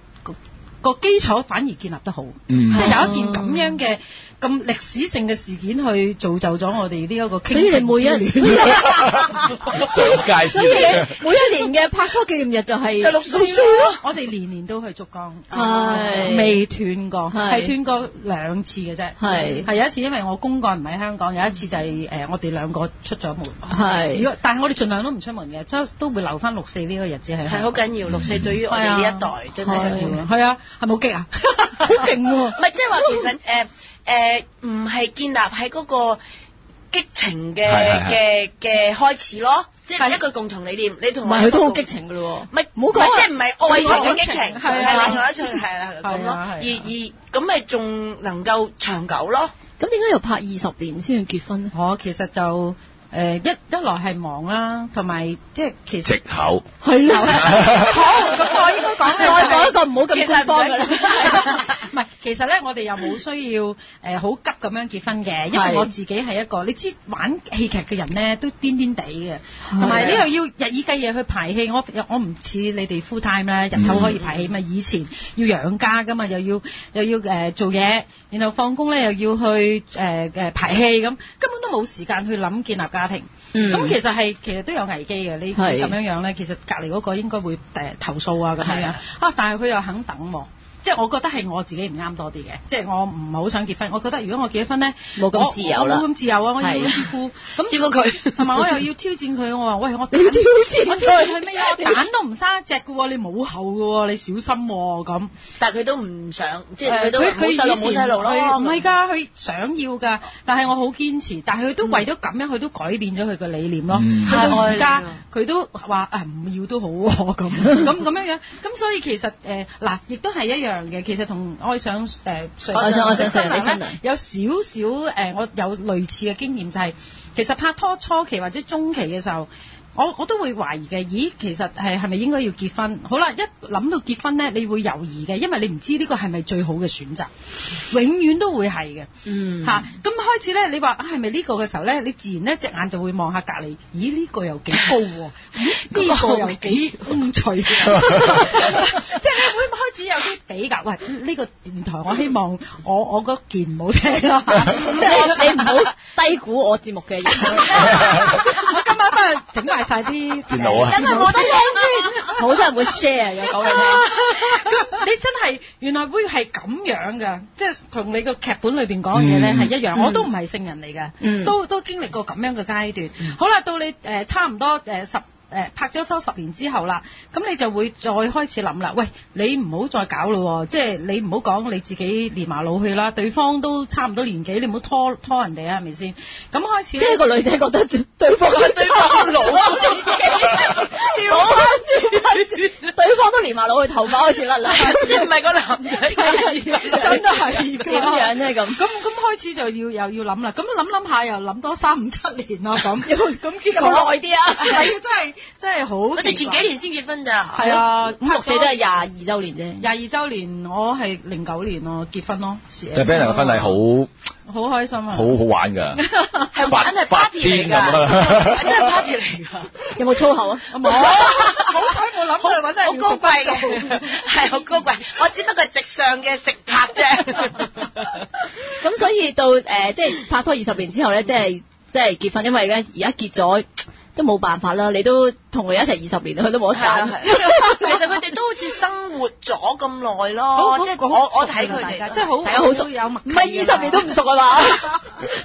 個基礎反而建立得好。
嗯
即係有一件咁樣嘅咁歷史性嘅事件去造就咗我哋呢一個傾城
所以你每
之
一
戀
上街
所以你每一年嘅拍拖紀念日就係
就
啊
六啊歲咯。我哋年年都去竹江，
係
未斷過，
係
係斷過兩次嘅啫。
係嗯
係有一次，因為我公幹唔喺香港，有一次就係誒我哋兩個出咗門。
係
如果但係我哋盡量都唔出門嘅，都都會留翻六四呢個日子喺
係
香
好
港。啊
緊要，六四對於我哋呢一代真係緊要。
係啊，係咪好激啊？好勁喎！
哦唔係即係話其實誒誒唔係建立喺嗰個激情嘅
係係
嘅嘅開始咯，即係一個共同理念。你同
唔
我
係佢
一個
都好
共
激，情㗎咯
唔係
唔好講
唔係
啊
即係唔係愛情嘅激情，
係啊
係另外一種係啦
係啊
咁
係
咯。
啊
而而咁咪仲能夠長久咯。
喎。咁點解要拍二十年先去結婚呢？
我其實就誒、呃一一來係忙啦，同埋即係其實
藉口。
係啦，好
咁我應該講咧
我
就係
講一個唔好咁 官方㗎
其實唔
啦
使。
唔係，其實咧，我哋又冇需要誒好、急咁樣結婚嘅，因
係
為我自己係一個你知玩戲劇嘅人咧，都癲癲地嘅，同埋你又要日以繼夜去排戲，我我唔似你哋 full time 啦，日頭可以排戲
嗯
嘛，以前要養家噶嘛，又要又要誒、呃做嘢，然後放工咧又要去誒誒、呃排戲咁，根本都冇時間去諗建立家庭。
嗯
咁、其實係其實都有危機嘅，你
係
咁樣樣咧，其實隔離嗰個應該會誒、呃投訴啊咁樣樣啊，但係佢又肯等喎、即係我覺得係我自己唔啱多啲嘅，即係我唔係好想結婚。我覺得如果我結咗婚咧，
冇咁
我
自由啦
我冇咁自由啊！我要
係
照顧咁
照顧佢
同埋我又要挑戰佢。我話喂，我
你要挑戰佢
我挑戰佢咩啊？我蛋都唔生一隻嘅喎，你冇後嘅喎，你小心喎咁。
但係佢都唔想，即係
誒
佢都冇細路冇
以前
細路咯。
佢哦唔 係㗎，佢想要㗎，但係我好堅持，但係佢都為咗咁樣，佢都改變咗佢嘅理念咯。
嗯
佢到而
係愛
家
你啊
佢都話誒唔要都好喎 咁咁咁樣樣，咁所以其實誒嗱，亦都係一樣嘅。其實同愛上
愛上愛上上人的婚娘
誒新娘咧有少少誒，我有類似嘅經驗就係，其實拍拖初期或者中期嘅時候。我我都會懷疑嘅，咦，其實係係咪應該要結婚？好啦，一諗到結婚呢，你會猶豫嘅，因為你唔知呢個係咪最好嘅選擇，永遠都會係嘅。
嗯
吓，咁開始咧，你話啊係咪呢個嘅時候咧，你自然咧隻眼就會望下隔離，咦呢、個又幾高喎、 咦呢、
啊
個又幾風趣喎，即係啊你會開始有啲比較。喂，呢、個電台我希望我 我嗰件唔好聽啦，
即
即係
係你唔好低估我節目嘅影響，
我今晚翻去整埋晒啲
電腦啊
因為冇得聽先。
好多人會 share 嘅講俾你
咁你真係原來會係咁樣嘅，即係同你個劇本裏邊講嘅嘢咧
嗯
係一樣。
嗯
我都唔係聖人嚟嘅，
嗯
都都經歷過咁樣嘅階段。好啦，到你誒、呃差唔多誒、呃十。誒拍咗拖十年之後啦，咁你就會再開始諗啦。喂，你唔好再搞咯喎，即係你唔好講你自己連埋老去啦，對方都差唔多年紀，你唔好拖拖人哋啊，係咪先？咁開始
聽，
呢
即係個女仔覺得對方對方老啊，講翻轉，對方都連埋老去頭髮開始甩 啦，
即係 唔係個男仔嘅，
真係㗎
點樣咧咁？
咁咁開始就要又要諗啦，咁諗諗下又諗多三五七年咯， 咁咁結
咁耐啲啊
係啊，真係真係好。
我哋前幾年先結婚咋，
係啊，
五六四都係廿二週年啫。
廿二週年，我係零九年咯結婚咯，
就
就
俾人嘅婚禮好
好開心啊！
好好玩㗎，
嗯係玩係 party
發癲咁
嚟㗎，
啊
係真係 party 嚟㗎。
有冇粗口啊？
我 冇，好彩冇諗佢揾真
好
係
高貴嘅，
嘅。
係好高貴。我只不過係直上嘅食客啫。
咁所以到誒、呃即係拍拖二十年之後咧，即係即係結婚，因為咧而家結咗都冇辦法啦。你都同佢一齊二十年，佢都冇得
係啊係啊
揀。
其實 佢哋都好似生活咗咁耐咯，哦即係
好
我我
熟
睇
㗎
佢
大家
哋，
真係好
大家好熟
有默
唔
契㗎。
係二十年都唔熟啊嘛？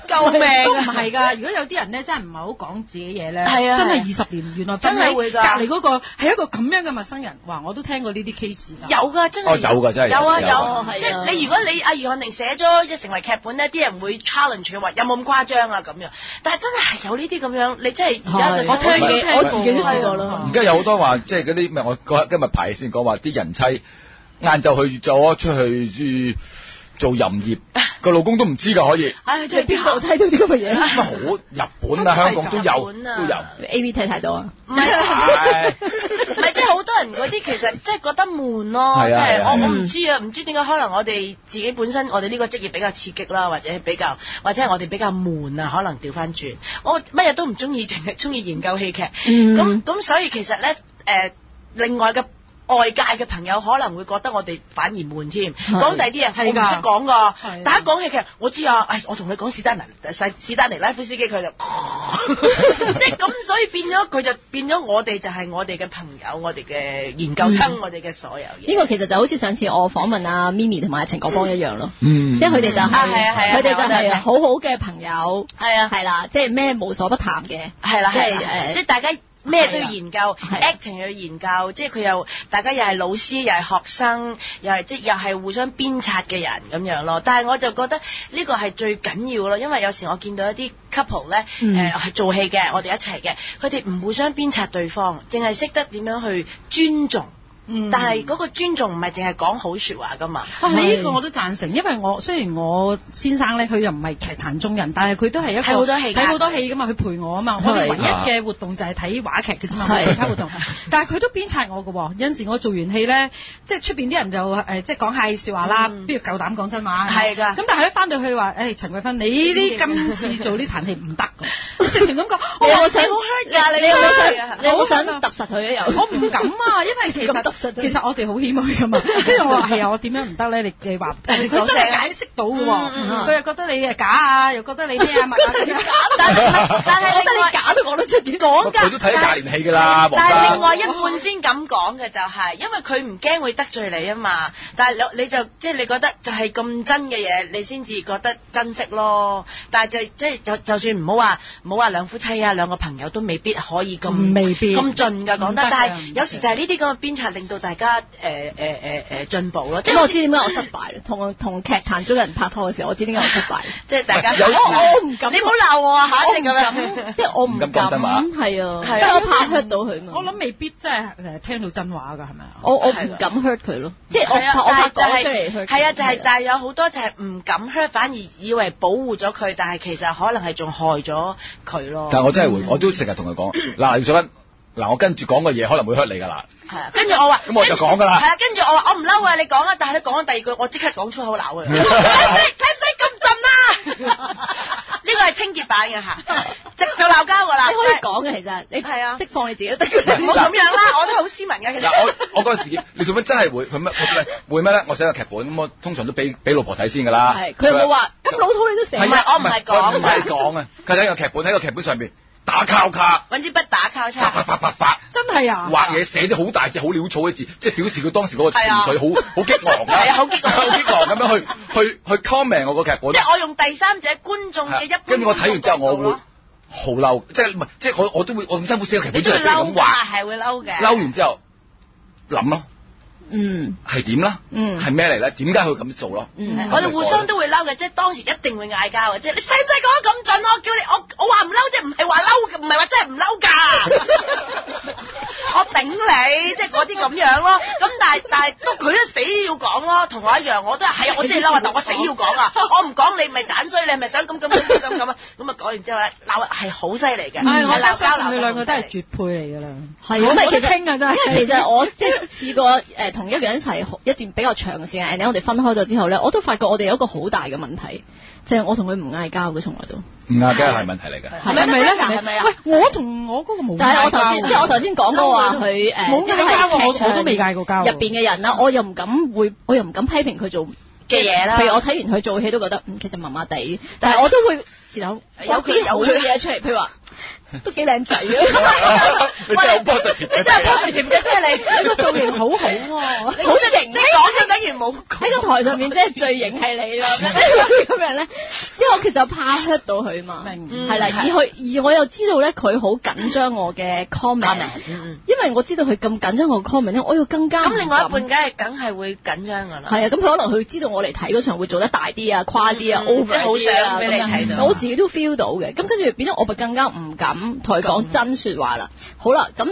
救命
都唔
啊！
係㗎，如果有啲人咧真係唔係好講自己嘢咧，
係啊
真
係
係
啊
二十年原來
真
真
係
係
會㗎
隔離嗰個係一個咁樣嘅陌生人，哇！我都聽過呢啲 case 啊㗎。
有㗎，真係
哦有㗎真係有
有啊
有
啊
有，即
係啊
係你如果你阿余漢寧寫咗一成為劇本咧，啲人會 challenge 佢話有冇咁誇張啊咁樣，但係真係有呢啲咁樣，你真係而家嘅
係我
社會
聽
嘅
我自己都試過
而
啦。
家有好多話，即係嗰啲咪我嗰今日排先講話啲人妻晏晝去咗出去呃做淫 業，個老公都唔知㗎，可以
唉，
即係
真係
邊度睇到啲咁嘅嘢
乜好
啦
日本啊、香港都有
日本啊
都有。
？A V 睇太多啊！
唔係。
係
唔係，即係好多人嗰啲其實即係覺得悶咯，即
係啊
係
係啊
我我唔
嗯
知啊，唔知點解可能我哋自己本身我哋呢個職業比較刺激啦，或者係比較或者係我哋比較悶啊，可能調翻轉，我乜嘢都唔中意，淨係中意研究戲劇，
嗯
咁咁所以其實咧誒，另外嘅外界嘅朋友可能會覺得我哋反而悶添，
係
講第啲嘢
係
我唔
㗎
識講噶
係。
大家講起劇，我知啊，唉，我同你講史丹尼，史史丹尼拉夫斯基佢就 即係咁，所以變咗佢就變咗我哋就係我哋嘅朋友，我哋嘅研究生，我哋嘅所有
嗯
嘢。
呢個其實就好似上次我訪問阿 Mimi 同埋阿陳國邦一樣咯，
嗯
即係佢哋就係
啊係啊係啊
佢哋就
係
係
啊
好好嘅朋友，
係啊，
係啦，即係咩無所不談嘅，
係啦，
即係
係啦
誒
即係大家。咩都要研究
係啊
，acting 又要研究，即係佢又大家又係老師，又係學生，又係即係又係互相鞭策嘅人咁樣咯。但係我就覺得呢個係最緊要咯，因為有時我見到一啲 couple 咧，
嗯
誒係做戲嘅，我哋一齊嘅，佢哋唔互相鞭策對方，淨係識得點樣去尊重。
嗯
但係嗰個尊重唔係淨係講好説話噶嘛。
哇！你呢個
係
我都贊成，因為我雖然我先生咧，佢又唔係劇壇中人，但係佢都係一個
睇好多戲㗎
睇好多戲噶嘛，佢陪我 啊嘛。我哋
係
唯一嘅活動就係睇話劇嘅啫嘛，
係
其他活 動。但係佢都鞭策我嘅喎，有陣時我做完戲咧，即係出邊啲人就誒，即係講下説話啦，
嗯
邊度夠膽講真話？
係㗎
咁但係佢一翻到去話，誒陳桂芬，你 呢今次做呢壇戲唔得㗎，直情咁講。
你有冇想
想？
你你有冇想
啊
你有冇想
好啊
揼實佢啊？又
我唔敢啊，因為其
咁得
實
實
其實我哋好謙虛 噶嘛，跟住我話係啊，我點樣唔得咧？你你 話佢真係解釋到嘅喎
嗯嗯
嗯，
佢又覺得你係假啊，又覺得你咩啊物啊 咁 樣。
但係但係
我 覺得
另外
你假都講得出點
講㗎
佢都睇咗廿年戲㗎啦，黃
但係另
家。
外一半先咁講嘅就係、因為佢唔驚會得罪你啊嘛。但係你你就即係你覺得就係咁真嘅嘢，你先至覺得珍惜咯。但係就即係就就算唔好話唔好話兩夫妻啊，兩個朋友都未必可以咁
嗯未必
咁盡㗎講
唔得
得
㗎。
但係有時就係呢啲咁嘅鞭策，令到大家誒誒誒誒進步咯。即係
咁
好
我
似
知點解我失敗啦同同劇壇中人拍拖嘅時候，我知點解我失敗。
即係大家
有時
我我唔敢
你唔好鬧我啊嚇！
我
即
唔
係咁樣。
敢，即係我唔
唔
敢，
敢講真話
係啊，
係啊
因為我怕 hurt 到佢嘛。
我諗未必真係誒聽到真話㗎，係咪啊？
我我
係啦
唔敢 hurt 佢咯，即係我
係啊
怕我怕
但係
講出嚟 hurt 佢。
係啊，就係、
係
但係有好多就係唔敢 hurt，反而以為保護咗佢，但係其實可能係仲害咗佢咯。
但係我真係會，我都成日同佢講，嗱，姚淑芬，嗱，我跟住講嘅嘢可能會 hurt 你㗎啦。
係啊，跟住我話，
咁我就講㗎啦
係啊，跟住我話我唔嬲啊，你講啦，但係你講咗第二句，我即刻講粗口鬧佢， 使唔使使唔使咁浸啊？呢個係清潔版嘅嚇，直就鬧交㗎啦。
你可以講嘅，其實你
係啊
釋放你自己都得嘅。
唔好咁樣啦，我都好斯文嘅，其
嗱，
實。
我我嗰陣時， 你做乜真係會佢咩？佢會咩咧？我寫個劇本咁，我通常都俾俾老婆睇先㗎啦。
係佢有冇話咁老土你都
啊係
寫
啊
唔係我唔係講㗎
唔係講啊！佢睇個劇本，喺個劇本上邊打交卡，
揾支筆打交
發發
叉，
發發發。
真係啊！
畫嘢寫啲好大隻、好潦草嘅字，即係表示佢當時嗰個情
係啊
緒好好激昂啊，
係啊好激 昂
好激昂咁樣去去去 comment 我個劇本
即。係我用第三者觀眾嘅一
係
般
啊跟住我睇完之後，我
角度
啊
會
咯
好嬲，即係唔係即係我我都會我咁辛苦寫個劇
你
本出
都
嚟
會
俾
嬲
咁
㗎，
畫，
係會嬲
啊
嘅。
嬲完之後諗咯，
嗯
係點啦？
嗯
係咩嚟咧？點解佢咁做咯？
嗯，
我哋互相都會嬲嘅，即係當時一定會嗌交嘅，即係你使唔使講得咁準？我叫你，我我話唔嬲啫，唔係話嬲嘅，唔係話真係唔嬲㗎。 我頂你，即係嗰啲咁樣咯。咁但係但係都佢都死要講咯，同我一樣，我都係 係啊我真係嬲啊，但我死要講啊，我唔講你咪盞衰，你係咪想咁咁咁咁咁咁啊？咁啊講完之後咧，鬧係好犀利嘅，
唉，我
係
覺得
鬧交
相信
鬧
佢兩個都係
係
絕配嚟㗎啦。
係
我
因為
冇得
其實
傾啊真
因
係。
為其實我即係試過誒同一個人一齊一段比較長嘅時間，and then 我哋分開咗之後咧，我都發覺我哋有一個好大嘅問題，就係我同佢唔嗌交嘅，從來都。
唔啱，嗯梗係問題嚟㗎。
係
咪咧？
係咪啊
喂，我同我嗰個冇
就係我頭
嗌交啊
先，即啊係我頭先講過話佢誒，
冇
即
嗌
係
交喎，
劇場
我我都未嗌過交啊喎。
入邊嘅人啦，我又唔敢會，我又唔敢批評佢做
嘅嘢啦
譬如我睇完佢做戲都覺得，嗯，其實麻麻地，但係我都會自有
有
有啊
佢
啲好嘅嘢出嚟，譬如 話都幾靚 仔啊，
你真係好 positive 嘅
你真係 positive 嘅，即 係你
你個造型好好喎。
好啊型
即係啊講咗等於冇講。啊
喺個台上面，即係最型係你啦，咁樣咧，因為我其實怕 hurt 到佢嘛，
明
嗯
係啦，而佢而我又知道咧，佢好緊張我嘅 comment，
嗯
因為我知道佢咁緊張我 comment 咧，我要更加
咁
唔
另外一半
敢
梗係梗係會緊張㗎啦。
係啊，咁佢可能佢知道我嚟睇嗰場會做得大啲啊、誇啲啊、
嗯
over
即係好
啲啊
想俾你
咁樣
睇到
我自己都 feel 到嘅。咁跟住變咗我咪更加唔敢同佢講真説話啦。好啦，咁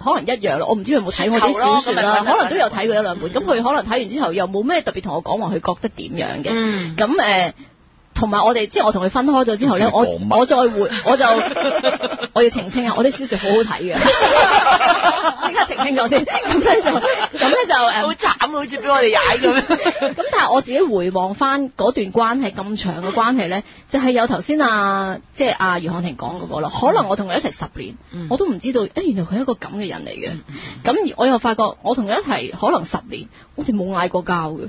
可能一樣咯，我唔知佢有冇睇我啲小説啦，
全球咯咁咪嗯
可能都有睇過一兩本。咁佢可能睇完之後又冇咩特別同我講話，佢覺得點樣嘅。
嗯
咁誒。同埋我哋，即係我同佢分開咗之後咧，我
唔知佢講乜
我再回，我就我要澄清啊！我啲小説好好 睇嘅，即刻澄清咗先。咁咧就咁咧就呃誒
好慘啊，好似俾我哋踩咁 樣。
咁但係我自己回望翻嗰段關係咁長嘅關係呢，就係、有頭先啊，即係阿余漢庭講嗰個咯。可能我同佢一齊十年，
嗯
我都唔知道，誒、原來佢係一個咁嘅人嚟嘅。咁我又發覺我同佢一齊可能十年，我哋冇嗌過交嘅。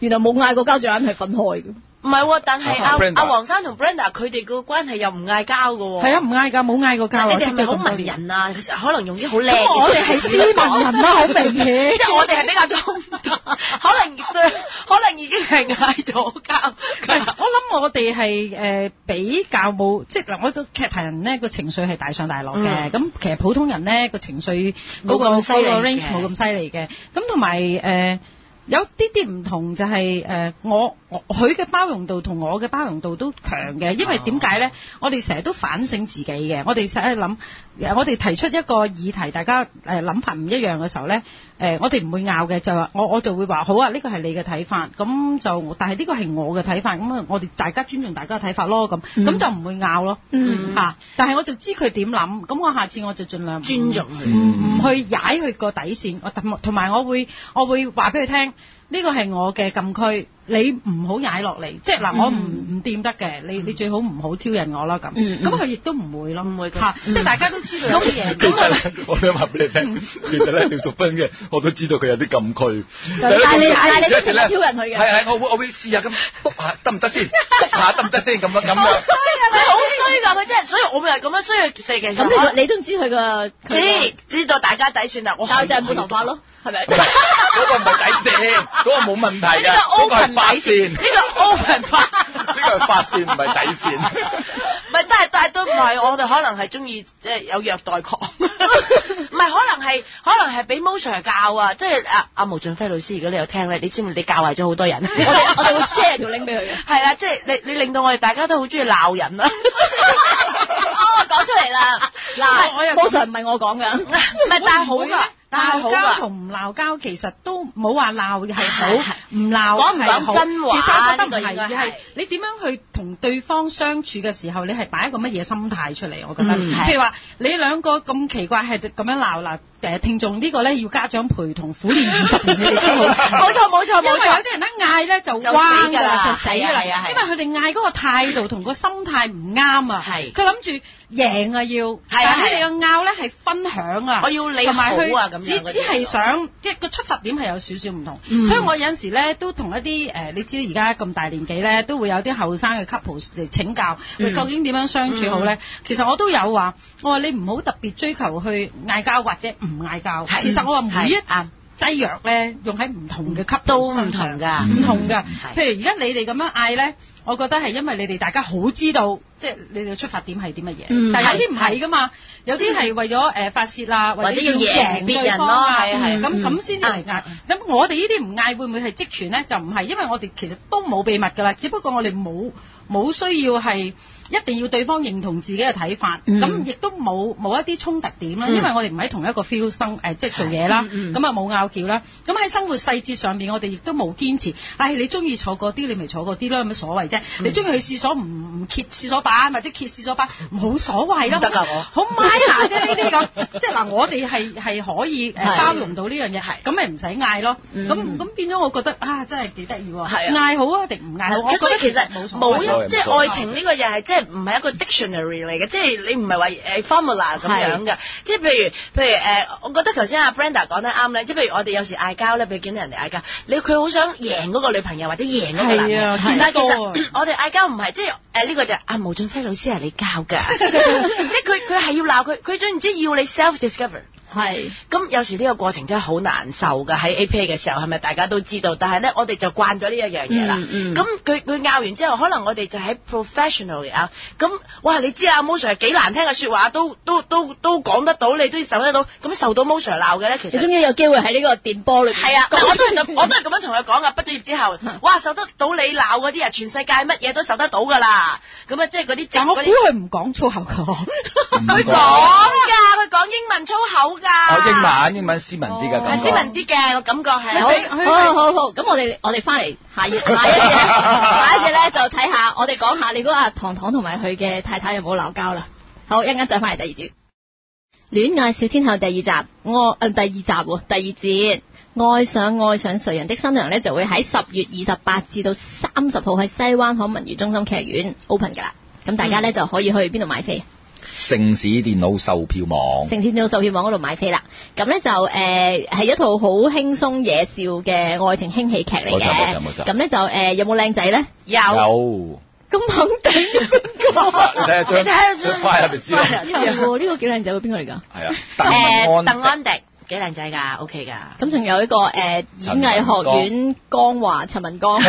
原來冇嗌過交，仲硬係分開嘅。
唔係喎，但係
啊
阿
Brenda
阿黃生同 Brenda 佢哋個關係又唔嗌交嘅喎。
係啊，唔嗌㗎，冇嗌過交
但
啊，
你
識
哋係咪
咗
好
咁多
文
年。
人啊？其實可能用啲好靚嘅。
咁我哋係斯文人啦，好明顯。
即係我哋係比較中等， 可能對，可能已經係嗌咗 交。
係
啊
我諗我哋係誒比較冇，即係嗱，我都劇壇人咧個情緒係大上大落嘅。
嗯
咁、其實普通人咧個情緒嗰、個
冇咁犀利嘅
嗰個 range 冇咁犀利嘅。咁同埋誒有啲啲唔同就係、呃我我佢嘅包容度同我嘅包容度都強嘅，因
哦
為點解咧？我哋成日都反省自己嘅，我哋成日諗，呃我哋提出一個議題，大家誒諗法唔一樣嘅時候咧，誒、我哋唔會拗嘅，就話我我就會話好啊，呢個係你嘅睇法，咁就但係呢個係我嘅睇法，咁啊我哋大家尊重大家嘅睇法咯，咁咁、
嗯
就唔會拗咯，嚇、
嗯
但係我就知佢點諗，咁我下次我就盡量唔
尊重佢。
嗯
嗯
唔去踩佢個底線，我同同埋我會我會話俾佢聽，呢個係我嘅禁區，你唔好踩落嚟，即
嗯
係嗱，我唔唔掂得嘅，你你最好唔好挑釁我啦咁，
嗯嗯
咁佢亦都唔會咯，
唔會嘅嗯
嚇即係大家都知道有啲嘢，
其實
啊
咧，我想話俾你
嗯
聽，其實咧廖淑芬嘅我都知道佢有啲禁區。
但係你但係你都成日挑人佢嘅
係係，我會我會試下咁篤下得唔得先，篤下得唔得先咁樣咁樣。
佢好衰㗎，佢真係，所以我咪係咁樣衰。其實其實
咁你你都唔知佢個佢
知知道大家底算啦，
個
我
但係就係冇
冇
頭髮咯，係咪
唔？係嗰個唔係底線，嗰個冇問題
啊呢
嘅，
個
嗰個係
open 底
發
線，
線，
呢
呢
個 open 法。
個係發線唔係底線。
唔係，但係但係都唔係，我哋可能係中意即係有虐待狂， 唔係可能係可能係俾 Mo Sir 教啊，即係啊阿毛俊輝老師，如果你有聽咧，你知唔知你教壞咗好多人？
我哋我哋會 share 條 link 俾佢嘅。
係啦，即係你你令到我哋大家都好中意鬧人啊啦。
哦，講出嚟 啦，
嗱我又
嗱，通常唔係我講㗎。
唔係，但係好㗎，但係好
鬧
啊
交
㗎。
同唔鬧交其實都冇話鬧係好
係係，
唔鬧
講唔講
係好
真話
其實我覺得唔
呢個
係，
應該
而
係
係你點樣去同對方相處嘅時候，你係擺一個乜嘢心態出嚟？我覺得，
嗯係
譬如話你兩個咁奇怪係咁樣鬧嗱，誒聽眾呢個咧要家長陪同苦練二十年，你 哋先好。
冇錯冇錯
因為
冇
有
錯，
啲人一嗌咧就
就死
彎
㗎
㗎
啦
啦，就死㗎啦，
係啊係啊係啊
因為佢哋嗌嗰個態度同個心態唔啱啊。
係
佢諗住贏啊要，
係啊
但係你哋嘅拗咧係分享啊。
我要你
同埋佢
好啊咁樣
只
嗰啲
只係想即係個出發點係有少少唔同，
嗯
所以我有陣時咧都同一啲誒、呃你知而家咁大年紀咧，都會有啲後生嘅 couple 嚟請教，喂、
嗯
究竟點樣相處好咧？
嗯
其實我都有話，我話你唔好特別追求去嗌交或者唔嗌交，
係
其實我話每一
係啱
劑藥咧用喺唔同嘅 couple
都唔
身上
同㗎。
唔
嗯
同噶
係。
譬如而家你哋咁樣嗌咧，我覺得係因為你哋大家好知道，即係你哋嘅出發點係啲乜嘢
嗯。
但係有啲唔係噶嘛，有啲係為咗誒發泄啊，
嗯或者
者
要贏
贏
別
對
人
方
咯
啊
係係啊
咁
嗯
咁先至嚟嗌。咁我哋呢啲唔嗌會唔會係積存咧？就唔係，因為我哋其實都冇秘密㗎啦，只不過我哋冇冇需要係。一定要對方認同自己嘅睇法，
嗯
咁亦都冇冇一啲衝突點啦，
嗯
因為我哋唔喺同一個 feel 生誒、即係做嘢啦，
嗯嗯
咁啊冇拗撬啦，咁啊喺生活細節上面，我哋亦都冇堅持。唉、你中意坐嗰啲，你咪坐嗰啲啦，有乜所謂啫？
嗯
你中意去廁所唔唔揭廁所板，或者揭廁所板，冇所謂啦。
唔得㗎我
好 minor 啫呢啲 咁，即係嗱，我哋係係可以誒
係
包容到呢樣嘢，咁咪唔使嗌咯。
嗯
咁咁、變咗，我覺得啊，真係幾得意喎！
係啊
嗌好啊，定唔嗌好？我
即
覺
係所以
得
其實
冇所
冇
謂
所謂
一即係
冇所謂
愛情呢個嘢係即係唔係一個 dictionary 嚟嘅，即係你唔係話誒 formula 咁樣嘅。即係譬如譬如誒，我覺得頭先阿 Brenda 講得啱咧，即係譬如我哋有時嗌交咧，譬如見到人哋嗌交，你佢好想贏嗰個女朋友或者贏嗰個男
係
人
啊，
但係
見多
其
啊
實我哋嗌交唔係即係誒呢個就係啊阿毛俊輝老師係你 教㗎，即係佢佢係要鬧佢，佢總言之要你 self discover。
係。
咁有時呢個過程真係好難受㗎，喺 APA 嘅時候係咪大家都知道？但係咧，我哋就慣咗呢一樣嘢啦
嗯。嗯
咁佢佢拗完之後，可能我哋就喺 professional 嘅拗。咁哇，你知啊，Mo Sir 幾難聽嘅説話都都都都講得到，你都要受得到。咁受到 Mo Sir 鬧嘅咧，其
你
實
終於有機會喺呢個電波裏邊
係啊，
講
我都係咁，我都係咁樣同佢講啊噶。畢咗業 之後，哇，受得到你鬧嗰啲啊，全世界乜嘢都受得到㗎啦。咁啊，即係嗰啲
但我
嗰
估
啲
佢唔講粗口㗎。
佢講㗎，佢講英文粗口㗎，㗎。
哦，英文英文斯文啲嘅感
係
覺。
哦啊斯文啲嘅，我感覺係
好，好
好。
好好，咁我哋我哋翻嚟下一下一節咧，下一節咧就睇下我哋講下你估阿糖糖同埋佢嘅太太有冇鬧交啦。好，一陣間再翻嚟第二節。戀愛小天后第二集，我呃、第二集喎，第二節。愛上愛上誰人的新娘呢，就會喺十月二十八至到三十號喺西灣河文娛中心劇院 open 㗎啦。咁大家呢，就可以去邊度買飛？
城市電腦售票網，
城市電腦售票網嗰度買飛啦。咁咧就誒呃係、一套好輕鬆野笑嘅愛情輕喜劇嚟
冇錯冇
嘅
錯冇。錯
咁咧就誒、呃有冇靚仔咧？
有。
有
咁 肯定
你睇下張
你睇下
張
張
file 就知 啦，
file
呢個喎呢個幾靚仔喎，邊個嚟㗎？
係啊，
鄧
誒，
安
鄧
迪
安迪幾靚仔㗎，OK 㗎。
咁仲有一個誒、演藝學院江華陳 文剛，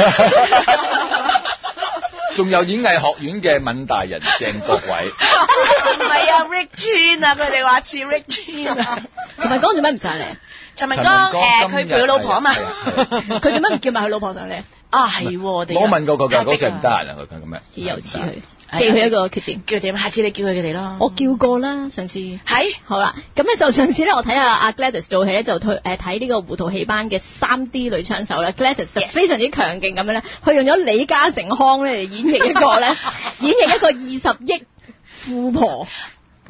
仲有演藝學院嘅敏大人鄭國偉，
唔係啊，Rick à, Chan 啊，佢哋話似 Rick à. Chan 啊。
陳文剛做咩唔上嚟？
陳文剛
陳文
誒，
剛
佢
今日
陪佢老婆啊嘛。
係啊係
佢做咩唔叫埋佢老婆上嚟？
啊，係喎， 我哋
我問過佢
太
㗎，
逼
嗰隻
啦
唔得閒啊，佢佢咁樣，
又似佢，
啊
係
記佢一個缺點。
叫點？下次你叫佢哋咯。
我叫過啦，上次。
係
好啦，咁咧就上次咧，我睇下阿 Gladys 做戲咧，就推誒睇呢個胡桃戲班嘅三 D 女槍手啦，Gladys 就非常之強勁咁樣咧，佢用咗李嘉誠腔咧嚟演繹一個 咧，演繹一個二十億富婆，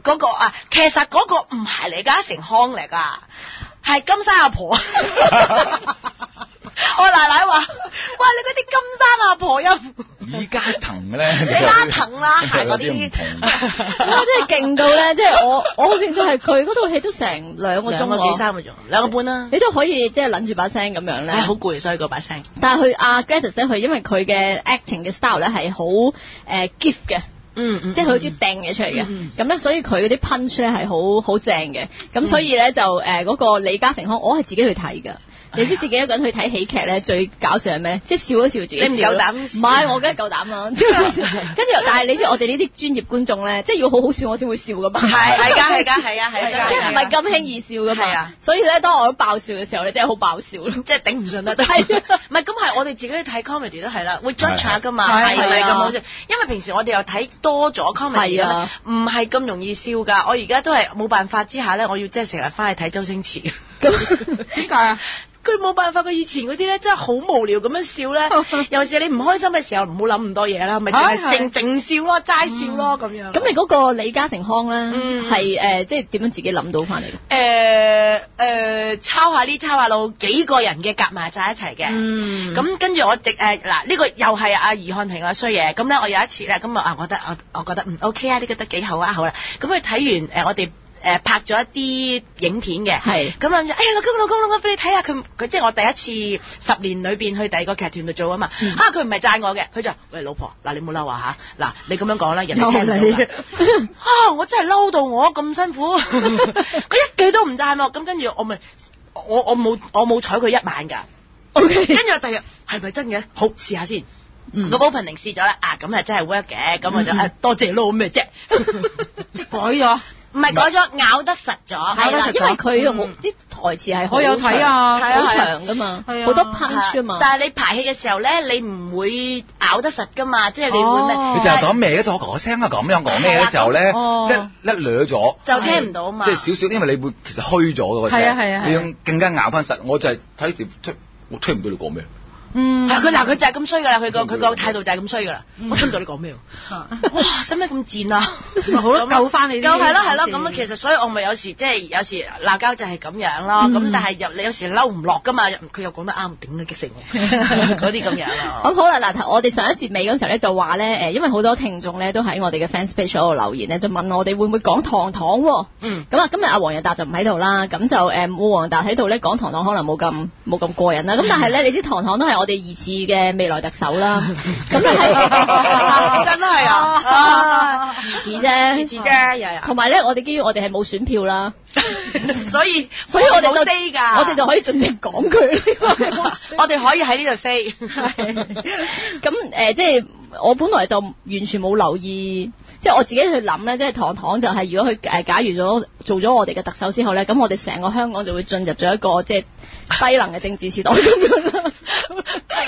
嗰個啊，其實嗰個唔係李嘉誠康嚟㗎，係金山阿婆。我奶奶話：，哇！你嗰啲金山阿婆音，
李嘉騰咧，
李嘉騰 啦，係嗰
有啲唔 同
哇！
啲。
真係勁到 咧，即係我我好認真係佢嗰套戲都成兩個鐘
兩個幾
喎，
三個鐘，兩個半啦。
你都可以即係擸住把聲咁樣咧
唉，。好攰，所以嗰把聲。
但係佢阿 Gladys 咧，佢因為佢嘅 acting 嘅 style 咧係好誒 gift 嘅。
嗯嗯
即係佢好中意掟嘢出嚟嘅，
嗯
咁咧、所以佢嗰啲 punch 咧係好好正嘅，咁所以咧就誒嗰、個李嘉誠康，我係自己去睇㗎。你知自己一個人去睇喜劇咧，最搞笑係咩咧？即係笑一笑自己笑咯。
你唔夠膽
唔係，我梗係夠膽 啦。跟住，但係你知我哋呢啲專業觀眾咧，即係要好好笑我先會笑㗎嘛。
係 係㗎係㗎係啊係 啊，
即係唔係咁輕易笑㗎
係
嘛
啊。
所以咧，當我爆笑嘅時候，你真係好爆笑咯。
即係頂唔順 啦，都係。唔係咁係我哋自己去睇 comedy 都係啦，會 judge 下噶嘛，
係啊
係咪咁好笑？因為平時我哋又睇多咗 comedy
係
啦
啊，
唔係咁容易笑㗎。我而家都係冇辦法之下咧，我要即係成日翻去睇周星 馳。
點解啊？
佢冇辦法，佢以前嗰啲咧真係好無聊咁樣笑 咧，尤其是你唔開心嘅時候，唔好諗咁多嘢啦，咪淨啊係
係
靜
係
靜笑咯，齋笑咯咁樣。
咁你嗰個李嘉誠康咧，
嗯
係誒、即係點樣自己諗到翻嚟嘅？
誒誒抄下呢抄下路，幾個人嘅夾埋晒一齊嘅。
嗯咁
咁跟住我直誒嗱呢個又係阿余漢庭啦衰嘢，咁咧我有一次咧咁啊啊我覺得我我覺得嗯 OK 啊呢個得幾好啊好啦，咁佢睇完誒呃我哋誒拍咗一啲影片嘅，
係
咁諗住哎呀老公老公老公俾你睇下佢佢即係我第一次十年裏邊去第二個劇團度做啊嘛，
嗯
啊佢唔係讚我嘅，佢就喂老婆嗱你冇嬲啊嚇，嗱你咁樣講啦人
又
哋聽唔到
嚟
㗎啊！我真係嬲到我咁辛 苦，佢一句都唔讚我，咁跟住我咪我我冇我冇睬佢一晚㗎。
OK，
跟住我第日係咪真嘅？好試下先。
嗯
個 opening 試咗啦，啊咁啊真係 work 嘅，咁我就
嗯嗯
啊多謝咯 咩啫？
即係改咗，
唔係改咗咬得實咗，
係啦，因為佢用
嗯
啲台詞係好
我有睇啊，
係啊
好長噶嘛，
係啊
好多
啊
punch 啊嘛。
但係你排戲嘅時候咧，你唔會咬得實噶嘛，即係你會咩？
哦
你就係講咩咗嗰聲啊，咁樣講咩嘅時候咧，
哦
一一掠咗。
就聽唔到嘛。
即係少少，因為你會其實虛咗嘅個聲，
係啊係啊係啊
你要更加咬翻實。我就係睇住推，我推唔到你講咩。
嗯，
係啊佢嗱，佢就係咁衰噶啦，佢個佢個態度就係咁衰噶啦。我聽唔到你講咩喎？哇，使咩咁賤啊？
咪好咯
咁啊
救返你啲
救係咯係咯，
事
咁啊其實所以我咪有時即係有時鬧交就係咁樣咯。咁
嗯
但係又你有時嬲唔落噶嘛，佢又講得啱，頂你激死我 嗰啲咁樣啊
咁
咯。
好啦，嗱，我哋上一節尾嗰時候咧就話咧，誒，因為好多聽眾咧都喺我哋嘅 fans page 嗰度留言咧，就問我哋會唔會講糖糖喎。
嗯，
咁啊，今日阿黃日達就唔喺度啦，咁就誒冇黃日達喺度咧，講糖糖可能冇咁冇咁過癮啦。咁但係咧，你知糖糖都係我哋二次嘅未來特首啦。咁咧係
真係啊啊
二次啫，
似啫，又
同埋咧，我哋基於我哋係冇選票啦，
有。 所以
所以我哋就
冇 say 㗎，
我哋就可以盡情講 佢。
我哋可以喺呢度 say。
咁誒、呃即係我本來就完全冇留意，即係我自己去諗咧，即係糖糖就係如果佢誒假如咗做咗我哋嘅特首之後咧，咁我哋成個香港就會進入咗一個即係低能嘅政治時代咁樣啦。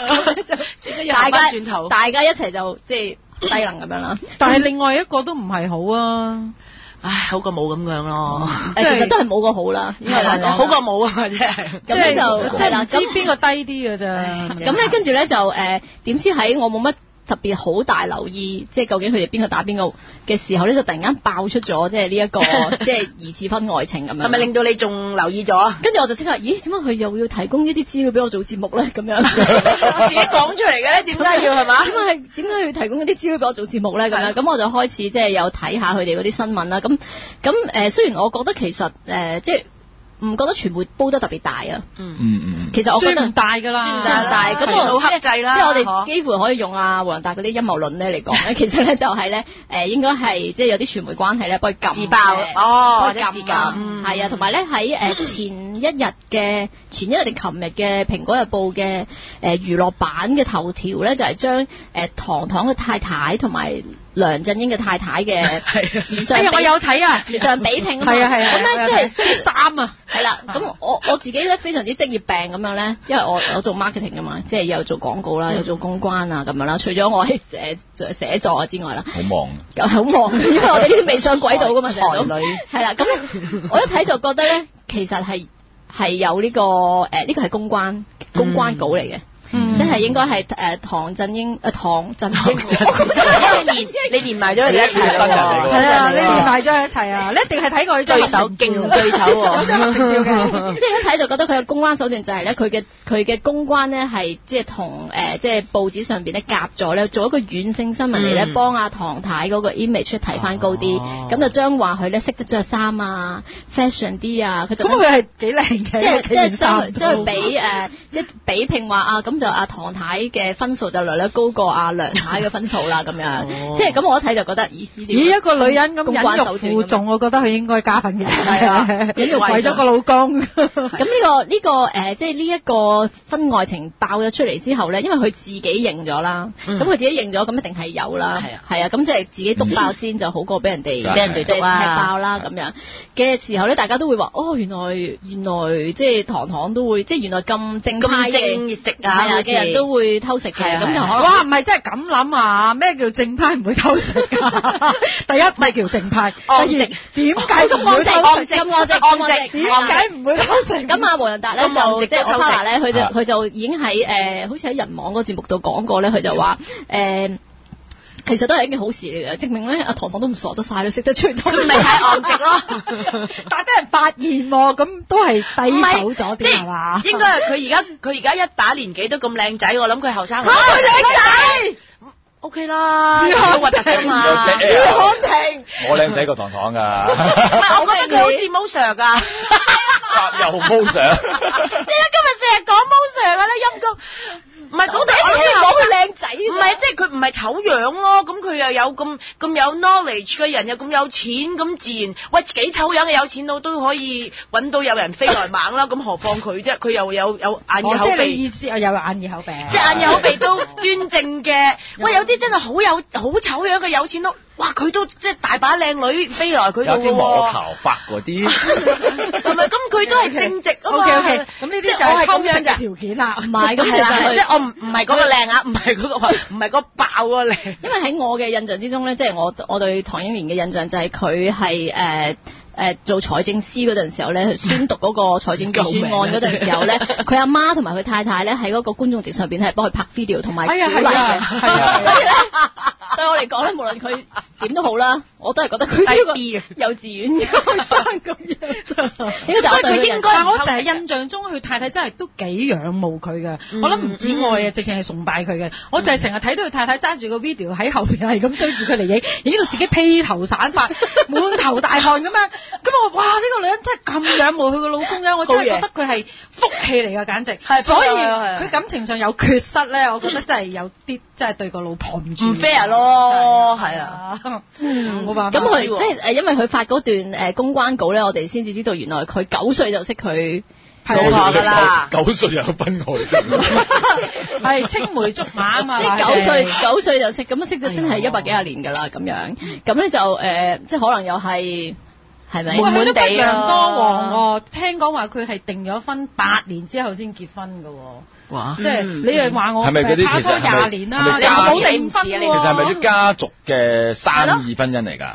要行啊返轉頭
大家一齊就即係低能咁樣啦。
但係另外一個都唔係好啊，
唉，好過冇咁樣咯。
诶，其實都係冇個好啦，應該
係
話
啦好過冇啊，真係。
咁咧就
即
係啦，
係唔知
咁
邊個低啲嘅咋。啊
咁咧，跟住咧就誒，呃點、知喺我冇乜特別好大留意，即係究竟佢哋邊個打邊個嘅時候咧，就突然間爆出咗即係呢一 個即係疑似婚外情咁樣。
係咪令到你仲留意咗？
跟住我就即刻，咦？點解佢又要提供呢啲資料俾我做節目咧？ 咁樣
我自己講出嚟嘅咧，點解要係嘛？
點解點解要提供嗰啲資料俾我做節目咧？咁樣咁我就開始即係有睇下佢哋嗰啲新聞啦。咁咁誒，雖然我覺得其實誒、呃即係唔覺得傳媒煲得特別大啊。
嗯，
嗯嗯
其實我覺得
算唔嗯大㗎啦，
就係大咁
係
我
好克制啦
即係我哋
嗬
幾乎可以用啊黃達嗰啲陰謀論咧嚟講 咧，其實咧就係咧誒應該係即係有啲傳媒關係咧幫佢撳
自爆
啊
嘅
哦，或
幫佢
者自
撳
救，
啊
嗯
係啊，同埋咧喺誒前一日嘅前一日定琴日嘅《蘋果日報》嘅誒娛樂版嘅頭條咧，就係將誒糖糖嘅太太同埋梁振英嘅太太 嘅時尚
哎呀，我
比
有睇啊，
時尚比拼啊嘛
係啊係啊，
咁咧即係
係衫啊。
係啦，咁我我自己咧非常之職業病咁樣咧，因為我我做 marketing 噶嘛，即係又做廣告啦，又做公關啊咁樣啦。除咗我係誒做寫作之外啦，
嗯，好忙。
咁好忙，因為我哋呢啲未上軌道噶嘛，
才
成日都
女
係啦。咁我一睇就覺得咧，其實係係有呢個誒呢個係公關公關稿嚟嘅，
嗯
即係應該係誒唐振英誒唐振英，
你連你連埋咗佢哋一齊
你一齊嚟㗎
喎
喎
係啊，你連
埋
埋咗一齊啊！你一定係睇過佢張
對手勁對手
嗰張合成照嘅。
即 係一睇就覺得佢嘅公關手段就係咧，佢嘅佢嘅公關咧係即係同誒即係報紙上邊咧夾咗咧，做一個軟性新聞嚟咧，
嗯
幫阿唐太嗰個 image 提翻高啲，
哦
咁就將話佢咧識得着衫啊，fashion 啲啊，佢就
咁佢係幾靚
即
嘅，
係即係將佢
係
將佢呃比誒一比拼話啊，咁就阿唐太嘅分數就略略高過阿梁太嘅分數啦，咁樣
哦，
即係咁我一睇就覺得，咦呢啲
以一個女人咁
公關手段
忍辱
咁樣
負重，我覺得佢應該加分嘅，
係 啊
忍辱為咗個老公，
咁 呢、個呢、個誒、呃即係呢一個婚外情爆咗出嚟之後咧，因為佢自己認咗啦，咁
嗯
佢、自己認咗，咁一定係有啦
係啊，
係啊，咁即係自己篤爆先就好過俾人哋
嗯俾人哋
即係
篤啊
踢爆啦咁樣嘅時候咧，大家都會話哦，原來原來即係糖糖都會，即係原來咁正派
咁
嘅
正直啊，
係
好
啦
似
嘅人都會偷食
係
嘅，
啊
咁就可能
哇，唔係真係咁諗啊！咩叫正派唔會偷食 㗎？第一唔係叫正派，第二
按
點
直
解唔會偷
按
食
直？按直
按直
按直
點解唔會偷食？
咁啊，黃仁達咧
咁望
就
直
即係
都
我
偷食
partner 咧，佢就
啊
佢就已經喺誒、呃好似喺人網嗰個節目度講過咧，佢就話誒。呃其實都係一件好事嚟嘅，證明咧阿唐唐都唔傻得晒，都識得吹通。
咪太昂直咯。
但係俾人發現喎，咁都係低手咗
即係
啲係嘛？
應該係佢而家佢而家一打年紀都咁靚仔，我諗佢後 生。
嚇佢靚仔，
O K 啦，
要
好核突㗎嘛。
有隻
唔
air
要康平。
我靚仔過糖糖㗎，
係我覺得佢好似 Mo Sir 㗎。
又冇相。
你啊，今日成日講 Mo Sir 㗎啦，陰公。唔係講到我諗
講佢靚仔，啊
唔係，即係佢唔係醜樣咯，咁佢又有咁咁有 knowledge 嘅人，又咁有錢，咁自然，喂幾醜樣嘅有錢佬都可以揾到有人飛來猛啦，咁何況佢啫？佢又有有眼
哦
耳口
即係你
鼻
意。思啊，有眼耳口鼻。
即係眼耳口鼻都端正嘅。喂，有啲真係好有好醜樣嘅有錢佬，哇！佢都即係大把靚女飛來佢度
有啲
喎
摸頭髮嗰 啲，
係咪？咁佢都係正直啊嘛。
O K O K，咁呢啲就
即係我
係
係
偷
咁
食
樣
嘅
咋。
條件啦。
唔係咁其
係啦
實
係
佢
即係我唔唔係嗰個靚啊，唔係嗰個唔係嗰個爆啊靚。
因為喺我嘅印象之中咧，即係我我對唐英年嘅印象就係佢係誒誒做財政司嗰陣時候咧，佢宣讀嗰個財政預算案嗰陣時候 咧，
啊
佢阿媽同埋佢太太咧喺嗰個觀眾席上邊係幫佢拍 video 同埋鼓
哎呀，
勵
係啊，
嘅。
係 啊，
所以咧，對我嚟講咧，無論佢點都好啦，我都係覺得佢呢個
低 B 嘅
幼稚園嘅生咁 樣。呢個就我對
所以佢
佢
應
應
該
該
但我成日印象中佢太太真係都幾仰慕佢嘅，
嗯
我諗唔止愛啊，直情係崇拜佢嘅。我就係成日睇到佢太太揸住個 video 喺後邊係咁追住佢嚟影，影到自己披頭散 髮、滿頭大汗咁樣。咁我哇呢個女人真係咁仰慕佢個老公嘅，我真係覺得佢係福氣嚟㗎，簡直。
係
所以
福氣啊係啊
佢感情上有缺失咧，我覺得真係有啲真係對個老婆唔住
唔 fair 咯係啊，
係啊 冇辦法。
咁佢
喎
即係呃誒，因為佢發嗰段誒公關稿咧，我哋先至知道原來佢九歲就識佢。
老
啊
婆㗎啦
九九歲又有婚外 情，
係青梅竹馬啊嘛，
即係
話
九
佢哋
歲九歲就識，咁識咗真
哎
係一
呀
百幾廿年㗎啦，咁樣咁咧就誒、呃即係可能又係係咪
喂佢
悶
都不
悶地
良
啊
多王喎，聽講話佢係定咗婚八年之後先結婚嘅喎，
哇！
即係你係話我
係咪嗰啲
拍拖
其實係咪
廿年啦，
係咪
又冇
家
定婚
其
其實係咪
喎
啲。家族嘅生意婚姻嚟㗎？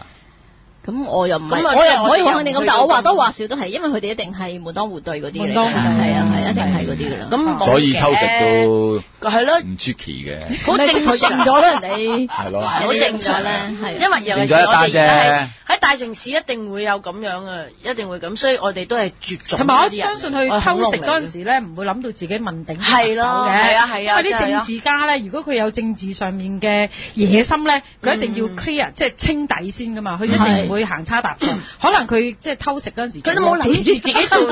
咁我又唔係，
咁啊
我又唔可以
即係我哋
肯定
又
咁
唔，去
但
到
我話
咁
多話少都係，因為佢哋一定係門當户對嗰啲嚟
門
㗎，係
當戶對
啊係啊，一定係
係
嗰啲㗎啦。
咁冇
所以偷食
嘅
都嗯
係咯，
唔出奇嘅，
好正
佢認
常
咗啦， 人哋
係咯。
好正常啊
啦係
因為尤
變
其是
咗一
我哋而
單啫
家係喺大城市一定會有咁樣嘅，一定會咁，所以我哋都係絕種。
同埋我相信佢偷食嗰陣
陣時，
時咧，唔會諗到自己問鼎
係
特首
咯
嘅，
係啊係啊
因為啲
真係啊
政治家咧，如果佢有政治上面嘅野心咧，佢一定要
嗯
clear 即係清底先噶嘛，佢一
係
定唔會行差踏 錯。可能佢即係偷食嗰陣時，
佢都冇諗住自己做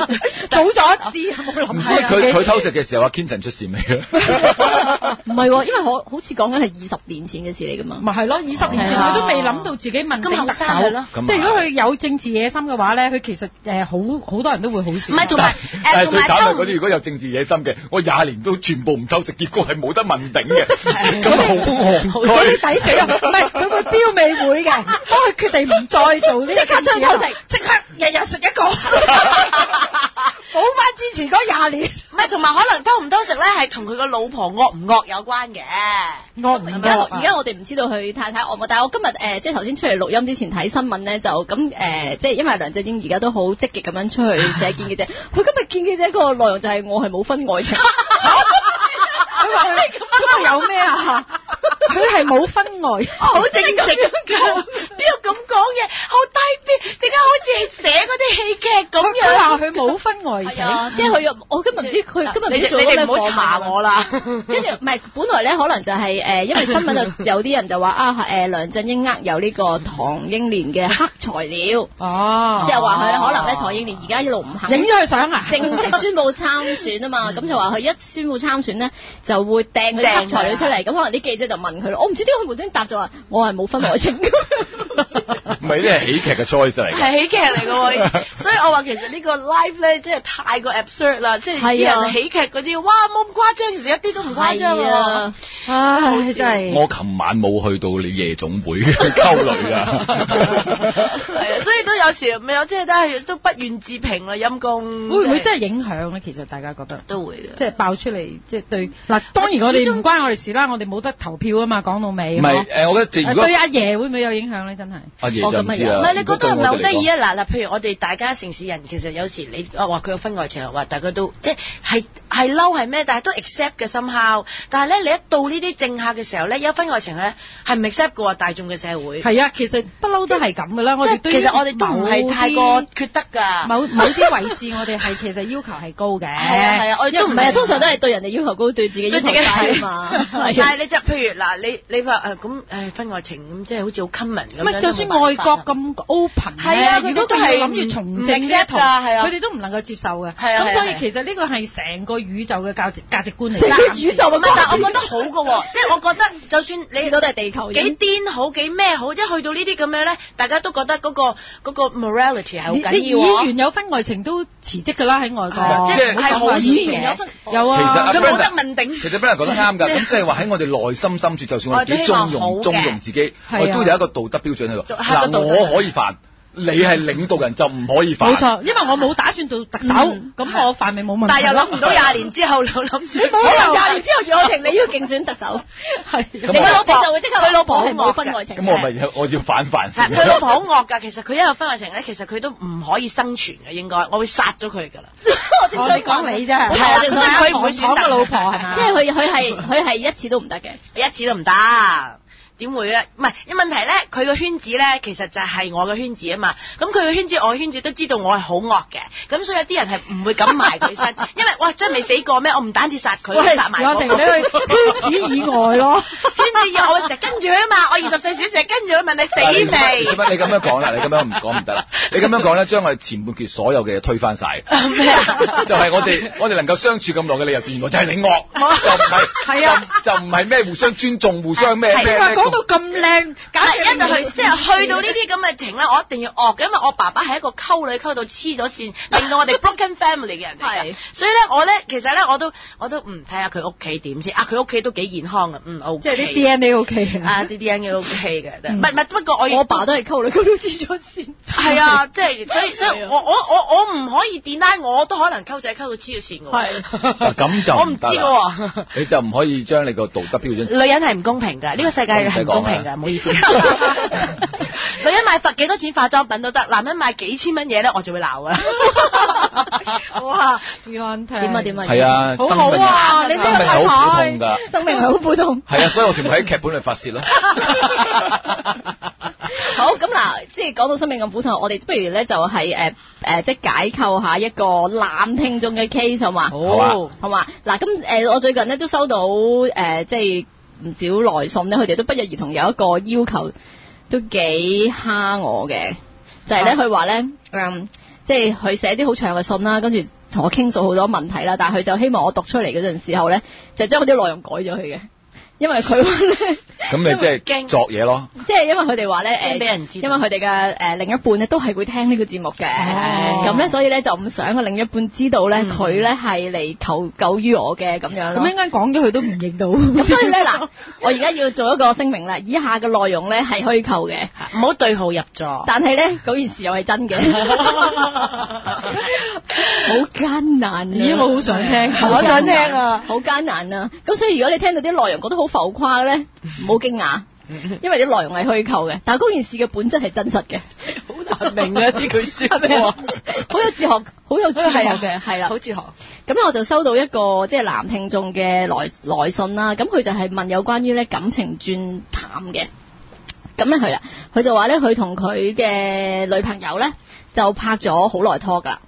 早咗一啲，冇
唔
諗
知
係啊
佢佢偷食嘅時候，阿 Kenton 出事未啊？
唔係喎，因為我好似講緊係二十年前嘅事嚟㗎嘛。
咪係咯，二十年前
係啊
佢都未諗到自己問
咁
鼎
後
特
生係咯
首，即係
咁啊
如果佢有政治野心嘅話咧，佢其實誒好好多人都會好
唔
少。
係同埋
但
誒
係
同
最
埋
慘係
偷
嗰啲如果有政治野心嘅，我廿年都全部唔偷食，結果係冇得問鼎嘅，咁咪好
嗰
戇
啲 抵死啊！唔係佢會標尾會嘅，當佢決定唔再做呢一件事啊，
即刻日日食一 個。
補翻之前嗰廿年。
唔係，同埋可能偷唔偷食咧，係同佢個老婆惡唔惡有關嘅。
我唔
而
得
家
啊
而家我哋唔知道佢太太惡唔惡，但係我今日誒、呃即係頭先出嚟錄音之前睇新聞咧，就咁誒、呃即係因為梁振英而家都好積極咁樣出去寫見記者，佢今日見記者個內容就係我係冇分愛情，
佢話佢咁啊有咩啊？佢係冇婚外，
哦
好正直㗎，邊有咁講嘅？好低 B，點解好似寫嗰啲戲劇咁
佢話
樣？
佢冇婚外
即
情。
係啊佢又我今日唔知佢今日唔
你
知做
哋
咗
你
咩
哋唔好查
訪問啊
我啦。
跟住唔係，本來咧可能就係、呃因為新聞就有啲人就話啊誒、呃梁振英呃有呢個唐英年嘅黑材料，
哦，
即係話佢咧可能咧唐英年而家一路唔肯
影咗佢相啊？
正式宣布參選啊嘛，咁就話佢一宣布參選咧，就會掟佢啊啲黑材料出嚟，咁可能啲記者就問佢咯，我唔知點解佢無端端答咗話我係冇婚外情，
居，唔係呢係喜劇嘅 choice 嚟嘅。
係喜劇嚟嘅喎，所以我話其實呢個 live 咧，真係太過 absurd 啦，即係
係啊
啲人喜劇嗰啲，哇冇咁誇張，其實一啲都唔誇張
係
喎
啊。
唉，真係。
我琴晚冇去到你夜總會嘅 溝女啊！
係啊，所以都有時咪有即係都係都不願置評啦，陰公。
會唔會真
係
係影響咧？其實大家覺得。
都會嘅？
即係爆出嚟，即係對啊嗱，當然我哋唔關我哋事啦，我哋冇得投票啊嘛，講到尾。
唔係誒，我覺得
誒
如果
啊對阿爺會唔會有影響咧？真係
阿爺就唔知啊啦。
哦唔係你覺得係咪好得意
啊？
啊？嗱嗱，譬如我哋大家城市人，其實有時你啊話佢有婚外情，話大家都即係係係嬲係咩，但係都 accept 嘅 somehow。但係咧，你一到呢啲政客嘅時候咧，有婚外情咧係唔 accept 嘅喎，大眾嘅社會。
係啊，其實不嬲都係咁噶啦。我哋
即係其實我哋都唔係太過缺德㗎。
某某啲位置， 我哋係其實要求係高嘅。係
啊係啊我哋都
唔係啊，通常都係對人哋要求高，對自己要求低啊嘛，
但
係啊
係你就譬如嗱，你你話誒咁誒婚外情咁，即係好似好 common 咁
唔
樣
啊係，就算外國咁 open
係啊
咧，
佢哋
如果
都
佢
係
要諗住從政呢一
唔 accept 㗎係啊
佢哋都唔能夠接受嘅。
係啊係啊
咁所以
係啊
其實呢個係成個宇宙嘅價值價值觀嚟
成
㗎。
個宇宙嘅
唔係，但係
關
我覺得好嘅喎，即係我覺得就算你
見到都係地球人
幾癲好幾咩好，即係去到呢啲咁樣咧，大家都覺得嗰、個嗰、個 morality 係好
你
緊
你
要啊
議
喎。
員有婚外情都辭職㗎啦，喺外
係啊
國。
即係係好事
議
嘅
員有婚有啊。
其實阿
佢冇得
Brenda
問鼎
其實 Brenda 講得啱 㗎，咁即係話喺我哋內心深處，就算我哋幾縱容
我都希望好嘅
縱容自己，
係啊
我都有一個道德標準喺度。
係一個道
嗱，
德
我可以犯， 你係領導人就唔可以犯。
冇錯，因為我冇打算做特首，
嗯
咁我犯咪冇問題咯。
但係啊又諗唔到廿年之後，又諗住
你冇
可
理
能
由
啊廿年之後，楊婷你要競選特首，
係
咁
你
我
老婆就會即啊刻佢老婆係冇婚外情嘅，
咁我咪有我要反反
係
先。
佢老婆好惡㗎，其實佢一有婚外情咧，其實佢都唔可以生存嘅，應該我會殺咗佢㗎啦。
我正
我
想
哋講你啫，
係啊，正想
佢
講
唔會選
我
擇
嘅老婆係嘛？
即係佢佢係佢係一次都唔得嘅，
一次都唔得。點會咧？唔係，問題咧，佢個圈子咧，其實就係我嘅圈子啊嘛。咁佢個圈子，我嘅圈子都知道我係好惡嘅，咁所以有啲人係唔會咁埋佢身，因為哇，真係未死過咩？我唔單止殺佢，殺埋
我
我
哋咧圈子以外 咯，
圈子以外，我成日跟住佢啊嘛，我二十四小時跟住佢問你 死
嗱你
未？
你咁樣你咁樣講啦，你咁樣唔講唔得 啦。你咁樣講咧，將我哋前半段所有嘅嘢推翻晒。
咩 啊？
就係我哋我哋能夠相處咁耐嘅理由，原來就係你惡，就唔係
係啊，
就就唔係咩互相尊重、互相咩咩
你話
咩
講到咁靚，簡
啊係
直
一就去， 即係去到呢啲咁嘅情咧，我一定要惡嘅，因為我爸爸係一個溝女溝到黐咗線，令到我哋 broken family 嘅人嚟
係
嘅。所以咧，我咧其實咧，我都我都唔睇下佢屋企點先啊，佢屋企都幾健康嘅，嗯 O
即
K。
係啲 DNA OK 啊。
啊，啲 D N 嘅 O K 嘅，
嗯
唔係唔係，不過我
啊我爸都係溝女，佢都知咗先。
係啊，即係所以所以
係啊
我我我我唔可以 d e 我都可能溝仔溝到黐咗線嘅喎。
啊咁就
我唔知
得
嘅
啦
喎。
你就唔可以將你個道德標準
女人係唔公平㗎，呢、個世界係係唔公平嘅，唔好意思。 女人買罰幾多錢化妝品都得，男人買幾千蚊嘢咧，我就會 鬧啊！哇，
點啊點啊，
係，啊，
好
生
好
命
啊！你
生
真
命
係
係好苦
太
痛㗎。
生命係好苦痛。
係啊，所以我全部喺劇本裏發泄咯。
好咁嗱，即係講到生命咁苦痛，我哋不如咧就係誒誒，即係解構下一個男聽眾嘅 case 好嘛？
好啊
好
好嘛？嗱，咁誒，我最近咧都收到誒、即係唔少來信咧，佢哋都不約而同有一個要求，都幾蝦我嘅，就係咧
啊
佢話咧，嗯，即係佢寫啲好長嘅信啦，跟住同我傾訴好多問題啦，但係佢就希望我讀出嚟嗰陣時候咧，就將嗰啲內容改咗佢嘅，因為佢 話咧。
咁咪即係
驚
作嘢咯。
即係因為佢哋話咧，誒，
驚俾人知
因
道
為佢哋嘅誒另一半咧都係會聽呢個節目嘅，
哦
咁咧所以咧就唔想個另一半知道咧
嗯
佢咧係嚟求救於我嘅咁樣咯
咁一。間講咗佢都唔認到。
咁所 以咧嗱，我而家要做一個聲明啦，以下嘅內容咧係虛構嘅，
唔好對號入座。
但係咧嗰件事又係真 嘅，好艱難啊。
咦，我好想聽，
好艱難
我想聽啊！
好艱難啊！咁所以如果你聽到啲內容覺得好浮誇咧，唔好驚 訝，因為啲內容係虛構嘅，但係嗰件事嘅本質係真實嘅。
好難 明啊！呢句説
係咪 啊
話，
好有哲學，好有哲 學嘅，係啦。
啊好哲學。
咁咧我就收到一個即係男聽眾嘅來來信啦，咁佢就係問有關於咧感情轉淡嘅。咁咧佢啦，佢就話咧佢同佢嘅女朋友咧就拍咗好耐拖噶，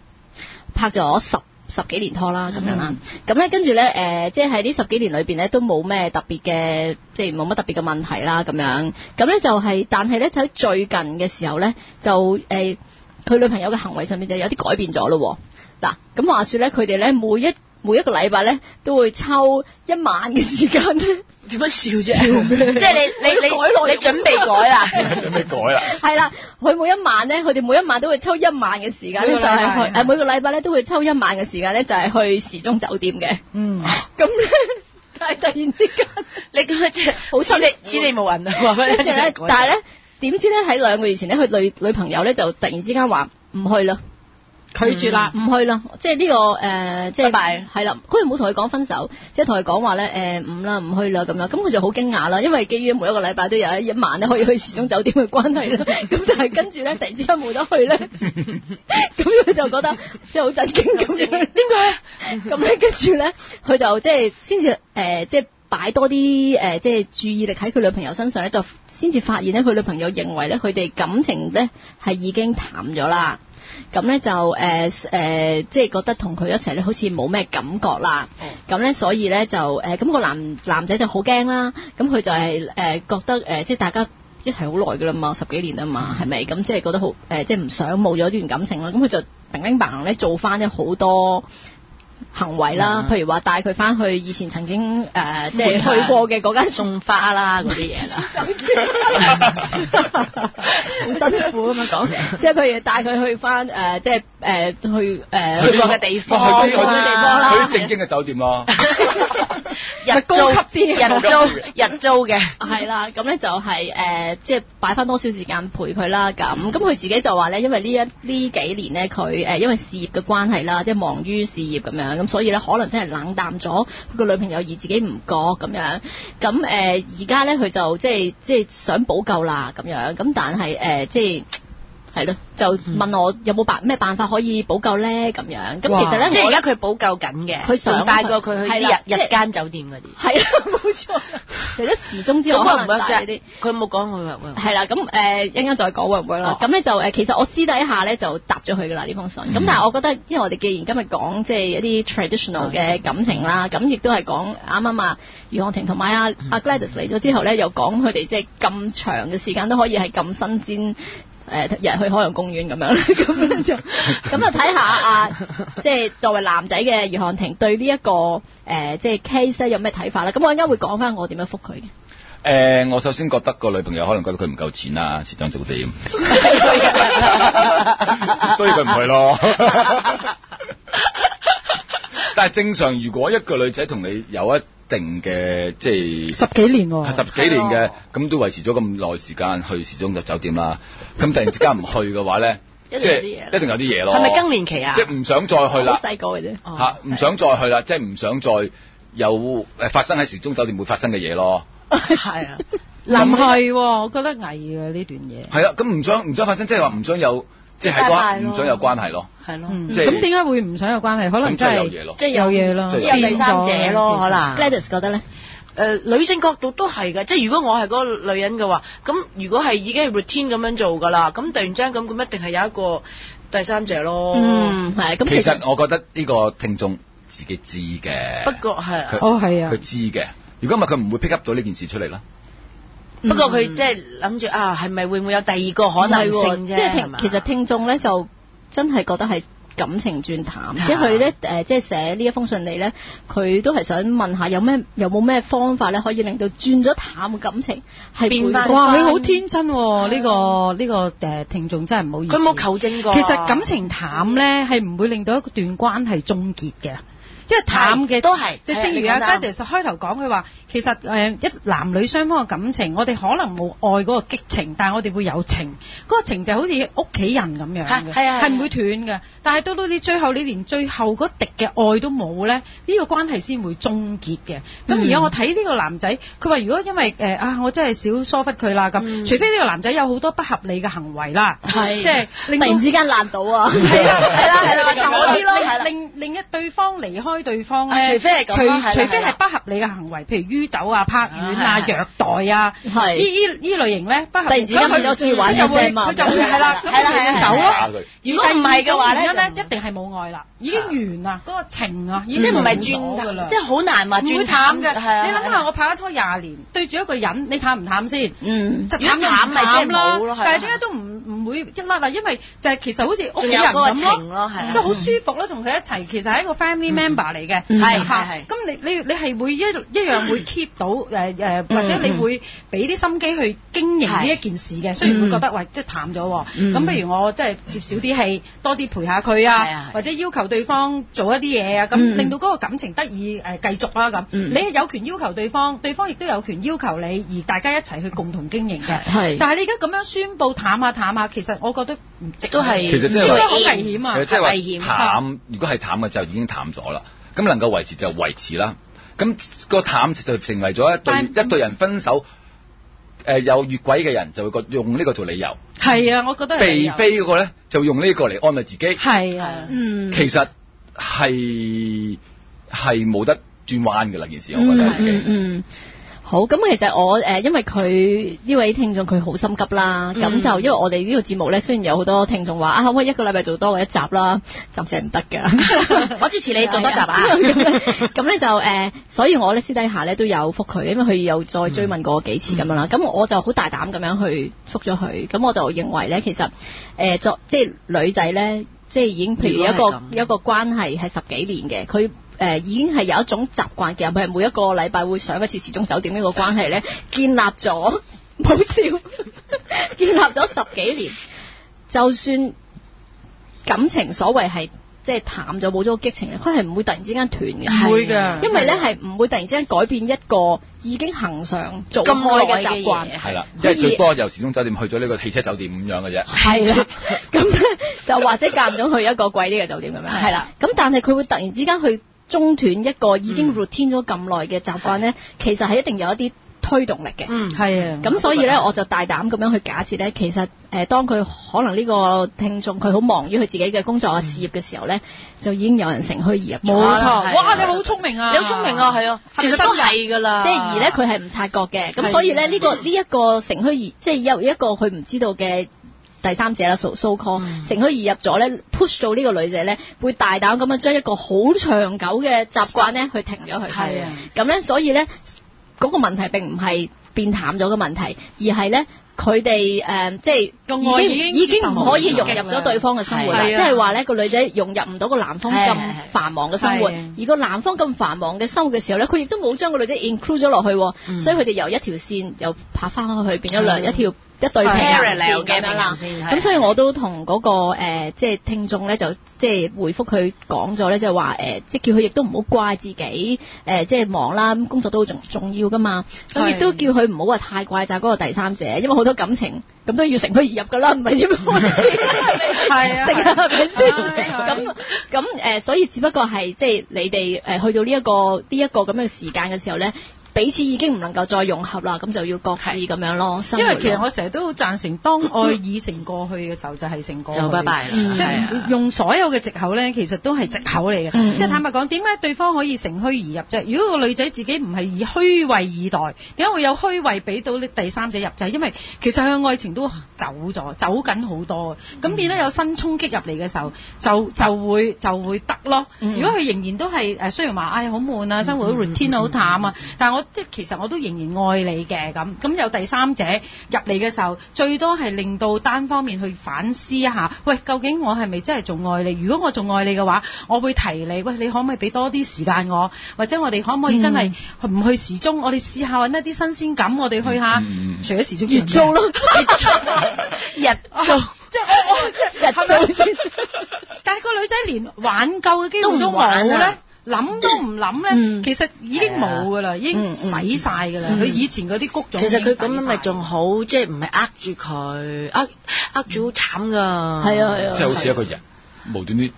拍咗十十幾年拖啦咁樣啦。咁咧跟住咧誒，即係喺呢十幾年裏邊咧都冇咩特別嘅，即係冇乜特別嘅問題啦咁樣。咁咧就係、但係咧就喺最近嘅時候咧就誒，佢、女朋友嘅行為上面就有啲改變咗咯喎。嗱，咁話說咧，佢哋咧每一每一個禮拜咧都會抽一晚嘅時間咧，
點樣笑
嗯
啫？即係你你你
改內容
你準備改啦。
有咩改啦？
係啦，佢每一晚咧，佢哋每一晚都會抽一晚嘅時間咧，
每
就
個禮拜
係去誒每個禮拜咧都會抽一晚嘅時間咧，就係去時鐘酒店嘅。
嗯，
咁咧，但係突然之 間，
你咁樣即係
好
知
心
你知你冇 人啊！話俾
跟
你
住
聽
咧，
改
但係咧，點知咧喺兩個月前咧，佢女女朋友咧就突然之間話唔去啦。
拒絕啦。
唔去啦，即係呢、個誒、呃即係
拜
係啦，佢冇同佢講分手，即係同佢講話咧誒唔啦，唔去啦咁樣，咁佢就好驚訝啦，因為基於每一個禮拜都有一一晚咧可以去時鐘酒店嘅關係啦，咁但係跟住咧突然之間冇得去咧，咁佢就覺得即係好震驚咁樣，點解？咁咧跟住咧，佢就即係先至誒即係。擺多啲誒、呃即係注意力喺佢女朋友身上咧，就先至發現咧，佢女朋友認為咧，佢哋感情咧係已經淡咗啦。咁咧就誒誒、呃呃即係覺得同佢一齊咧，好似冇咩感覺啦。咁咧，所以咧就誒，呃咁、個男男仔就好驚啦。咁佢就係、誒、覺得誒、呃即係大家一齊好耐噶啦嘛，十幾年啦嘛，係咪？咁即係覺得好誒、呃即係唔想冇咗段感情啦。咁佢就零零白行咧做翻咗好多。行為啦，譬如話帶佢翻去以前曾經誒、呃即係
會啊
嗯去過嘅嗰間
送花啦嗰啲 嘢啦。
好辛苦咁樣講，即係譬如帶佢去翻誒、呃即係誒、呃去誒、呃去過嘅地方
哇
啊，
去啲去啲
地方
去
啦
啲，正經嘅酒店咯。
日租
高級啲
日租日租嘅，
係啦，咁咧就係、誒、即係擺翻多少時間陪佢啦。咁咁佢自己就話咧，因為呢一呢幾年咧，佢誒、因為事業嘅關係啦，即係忙於事業咁樣，咁所以咧可能真係冷淡咗佢個女朋友，而自己唔覺咁樣。咁誒而家咧佢就即係即係想補救啦咁樣，咁但係誒、即係。係咯，就問我有冇辦咩辦法可以補救咧咁樣。咁其實咧，
即係
我
而家佢補救緊嘅，
佢想啊
仲帶過佢去
係
啲
啦
日
即係
日間酒店嗰啲。
係啊，冇錯。除咗時鐘之外，可能帶呢啲。
佢冇講佢話喂，
係啦，咁誒一陣間再講會唔會啦
哦。
咁咧就誒，其實我私底下咧就答咗佢噶啦呢封信。咁但係我覺得，因為我哋既然今日講即係一啲 traditional 嘅感情啦，咁亦都係講啱啱啊余漢庭同埋阿阿 Gladys 嚟咗之後咧，又講佢哋即係咁長嘅時間都可以係咁新鮮。誒日日去海洋公園咁樣啦，咁樣就咁就睇下啊，即係作為男仔嘅余漢庭對呢、一個誒、即係 case 咧有咩睇法啦？咁我一陣間會講翻我點樣覆佢嘅。
誒，呃我首先覺得個女朋友可能覺得佢唔夠錢啊啦，時裝酒店，所以佢唔去咯。但係正常，如果一個女仔同你有一定嘅即係
十幾年喎，
十幾年嘅，咁都維持咗咁耐時間去時鐘嘅酒店啦。咁突然之間唔去嘅話咧，即
一定
係
有啲嘢啦
一定有啲嘢咯。
係咪更年期啊
即？係唔想再去啦
好。細個嘅啫。
哦
吓，唔想再去啦，即係唔想再有誒發生喺時鐘酒店會發生嘅嘢咯。
係啊，
唔係喎，我覺得危嘅呢段嘢。
係啊，咁唔想唔想發生，即係話唔想有，即係係
關係
關
咯
唔想有關係咯，
係咯，
嗯
即係
咁點解會唔想有關係？可能
咁即
真
係
係
有嘢咯。
即係
有嘢咯，嗯
即
係有第三者咯可能
Gladys 覺得咧，
誒、呃女性角度都係嘅，即係如果我係嗰個女人嘅話，咁如果係已經係 routine 咁樣做㗎啦，咁突然之間咁咁一定係有一個第三者咯。，
嗯，係咁其
其實
實
我覺得呢個聽眾自己知嘅，
不過係啊
佢
哦係啊
佢知嘅。如果唔係佢唔會 pick up 到呢件事出嚟啦。
不過佢
嗯
即係諗住啊，係咪會唔會有第二個可能
唔
性
係喎
啫？
即係
係
聽
嘛
其實聽眾咧就真係覺得係感情轉淡，即係佢咧誒，即係寫呢一封信嚟咧，佢都係想問下有咩有冇咩方法咧，可以令到轉咗淡嘅感情係
變
回
返
歸
哇！你好天真喎，呢個呢個誒聽眾真係唔好意思。
佢冇求證過。
其實感情淡咧係唔會令到一段關係終結嘅，因為淡嘅
係都係
即
係啊
係正
你
如
講
阿
得
g a d i s 開頭講，佢話其實誒、呃一男女雙方嘅感情，我哋可能冇愛嗰個激情，但係我哋會有情，嗰、個情就好似屋企人咁樣
係
嘅，
係啊係啊
係唔會斷嘅。但係到到你最後，你連最後嗰滴嘅愛都冇咧，呢、呢個關係先會終結嘅。
嗯
咁而家我睇呢個男仔，佢話如果因為誒、呃啊，我真係少疏忽佢啦咁，
嗯
除非呢個男仔有好多不合理嘅行為啦，
係
即係令
突
到
然之間爛到啊！
係啦，係啦，係啦，
你
就
哋咁
嗰啲
講係啦
咯，令令一對方離開對方
啊
咧，
除非係咁
除
啦係啦
除非
係啦
係不合理嘅行為，譬如酗酒啊、拍丸啊
啊、係
虐待啊，
係
依依依類型咧，不合理
突然之間變咗中意玩
佢就會
SM 啊
佢就會係啦，咁
係啦係啦
佢
係啦
走
打
啊。
佢，
如果唔係嘅話咧
而第二種原因
就
一定係冇愛啦，已經完啦，嗰個情啊，已
即係
經
唔係
冇㗎啦
轉，即係好難話
唔會
轉
淡嘅。
係啊
你諗下，我拍咗拖廿年，對住一個人，你淡唔淡先？
嗯，
就
如果
淡就
淡咪即係
淡啦
冇咯係啊，
但係點解都唔唔會一甩啊？因為就係其實好似屋
仲
企
有
人
嗰個
咁
情
咯。
咯，係啊
即係好舒服咯，同佢一齊，其實係一個 family member 嚟嘅，
嗯
係
嚇
係係嗯
咁你你你係會一一樣會 keep 到誒誒，或者你會俾啲心機去經營呢一件事嘅，雖然
嗯
會覺得喂即係淡咗喎，
嗯
咁不如我即係接少啲戲，多啲陪下佢
係啊
啊
係，
或者要求對方做一啲嘢啊，咁
嗯
令到嗰個感情得以誒繼續啦咁。
嗯
你有權要求對方，對方亦都有權要求你，而大家一齊去共同經營嘅。
係
但係你而家咁樣宣佈淡下淡下，其實我覺得唔值
都係
其實即
應
係
該
話
好危險啊！
誒即
危險
係話淡，如果係淡嘅就已經淡咗啦。咁能夠維持就維持啦。咁、個淡就成為咗一對
但
一對人分手，誒、有越軌嘅人就會覺用呢個做理由，
係啊，我覺得係
被
有
非嗰個咧就用呢個嚟安慰自己。
係啊，
嗯，
其實係係冇得轉彎嘅啦，件事我覺得已
嗯嗯
經。
嗯好，咁其實我誒、呃因為佢呢位聽眾佢好心急啦，咁、
嗯
就因為我哋呢個節目咧，雖然有好多聽眾話啊，可唔可以一個禮拜做多過一集啦？暫時係唔得㗎。
我支持你做多集 啊！
咁咧就誒、呃所以我咧私底下咧都有覆佢，因為佢又再追問過我幾次咁樣
嗯
啦。咁、我就好大膽咁樣去覆咗佢。咁我就認為咧，其實誒、呃作即係女仔咧，即係已經譬如有一
如果係
個
咁
有一個關係係十幾年嘅，佢。誒、已經係有一種習慣嘅，佢係每一個禮拜會上一次時鐘酒店呢個關係 咧，建立咗冇笑，建立咗十幾年，就算感情所謂係即係淡咗冇咗個激情咧，佢係唔會突然之間斷嘅，
唔會㗎
因為咧係唔會突然之間改變一個已經恒常做
咁
開嘅
耐
習
嘅
慣
嘢，
係啦，因
可以
為最多由時鐘酒店去咗呢個汽車酒店咁樣嘅啫。
係啦，咁咧就或者間唔中去一個貴啲嘅酒店咁樣，係啦，咁但係佢會突然之間去中斷一個已經 routine 咗咁耐嘅習慣咧，其實係一定有一啲推動力嘅。
嗯，
係啊。
咁所以咧，我就大膽咁樣去假設咧，其實誒、呃，當佢可能呢個聽眾佢好忙於佢自己嘅工作啊、事業嘅時候咧，就已經有人乘虛而入
嗯冇
咗啦。
錯，
係
哇！你好聰明啊，
你好聰明啊，係啊，其實都係㗎啦。
即係而咧，佢係唔察覺嘅，咁
係
所以咧，呢、個呢一、個乘虛而即係有一個佢唔知道嘅第三者啦，so so call
嗯
乘虛而入咗咧，push 到呢個女仔咧，會大膽咁樣將一個好長久嘅習慣咧，去停咗佢。
係啊，
咁咧，所以咧，嗰、個問題並唔係變淡咗嘅問題，而係咧。佢哋誒即
個
係
愛
已經
已經
已經唔可以
接
融
受唔
入
到
咗對方嘅生活啦，即
係啊
係話咧個女仔融入唔到個男方
係
咁
係係
繁忙嘅生活
係
嗯
啊，
而個男方咁繁忙嘅生活嘅時候咧，佢亦都冇將個女仔 include 咗落去喎，
嗯
所以佢哋由一條線又拍翻開去，變咗兩
嗯
一條一對平行
Parallel
線
嘅
咁樣啦。
平行線係
咁所以我都同嗰個誒即係聽眾咧，就呃即係回覆佢講咗咧，就係話誒，即係叫佢亦都唔好怪自己誒，即係忙啦，咁工作都好重重要噶嘛。咁
係
亦都叫佢唔好話太怪責嗰個第三者，因為好多感情咁都要乘虛而入噶啦，唔 係點開始？
係啊
食啊，係咪先？
係係
咁 咁呃誒，呃所以只不過係即係你哋誒去到呢一個呢一個咁嘅時間嘅時候咧。彼此已經唔能夠再融合啦，咁就要各自咁樣咯。生活
因
咯
為其實我成日都好贊成，當愛已成過去嘅時候，就係成過去。
就拜拜啦
嗯即
係啊
係用所有嘅藉口咧，其實都係藉口嚟嘅。
嗯嗯
即係坦白講，點解對方可以乘虛而入啫？如果個女仔自己唔係以虛位以待，點解會有虛位俾到呢第三者入？就係、因為其實佢嘅愛情都走咗，走緊好多嘅。咁變咗有新衝擊入嚟嘅時候，就就會就會得咯。
嗯
如果佢仍然都係誒，雖然話唉好悶啊，生活好 routine 好淡啊，但係我即係其實我都仍然愛你嘅咁。咁有第三者入嚟嘅時候，最多係令到單方面去反思一下，喂，究竟我係咪真係仲愛你？如果我仲愛你嘅話，我會提你，喂，你可唔可以俾多啲時間我？或者我哋可唔可以真係唔去時鐘？我哋試下揾一啲新鮮感，我哋去下，
嗯嗯嗯
除咗時鐘
月
之外
租 咯，月租，日租，
即係我我即係
日租先。
但係個女仔連挽救嘅機會
都
都
唔玩
冇
啊
咧，諗都唔諗
嗯
咧，其實已經冇噶啦，
啊
已經洗晒㗎啦。
嗯嗯
佢以前嗰啲谷種
嗯其實佢咁
樣
樣咪仲好，即係唔係呃住佢，呃呃住好慘噶。
係啊係啊
即係好似一個人無端 端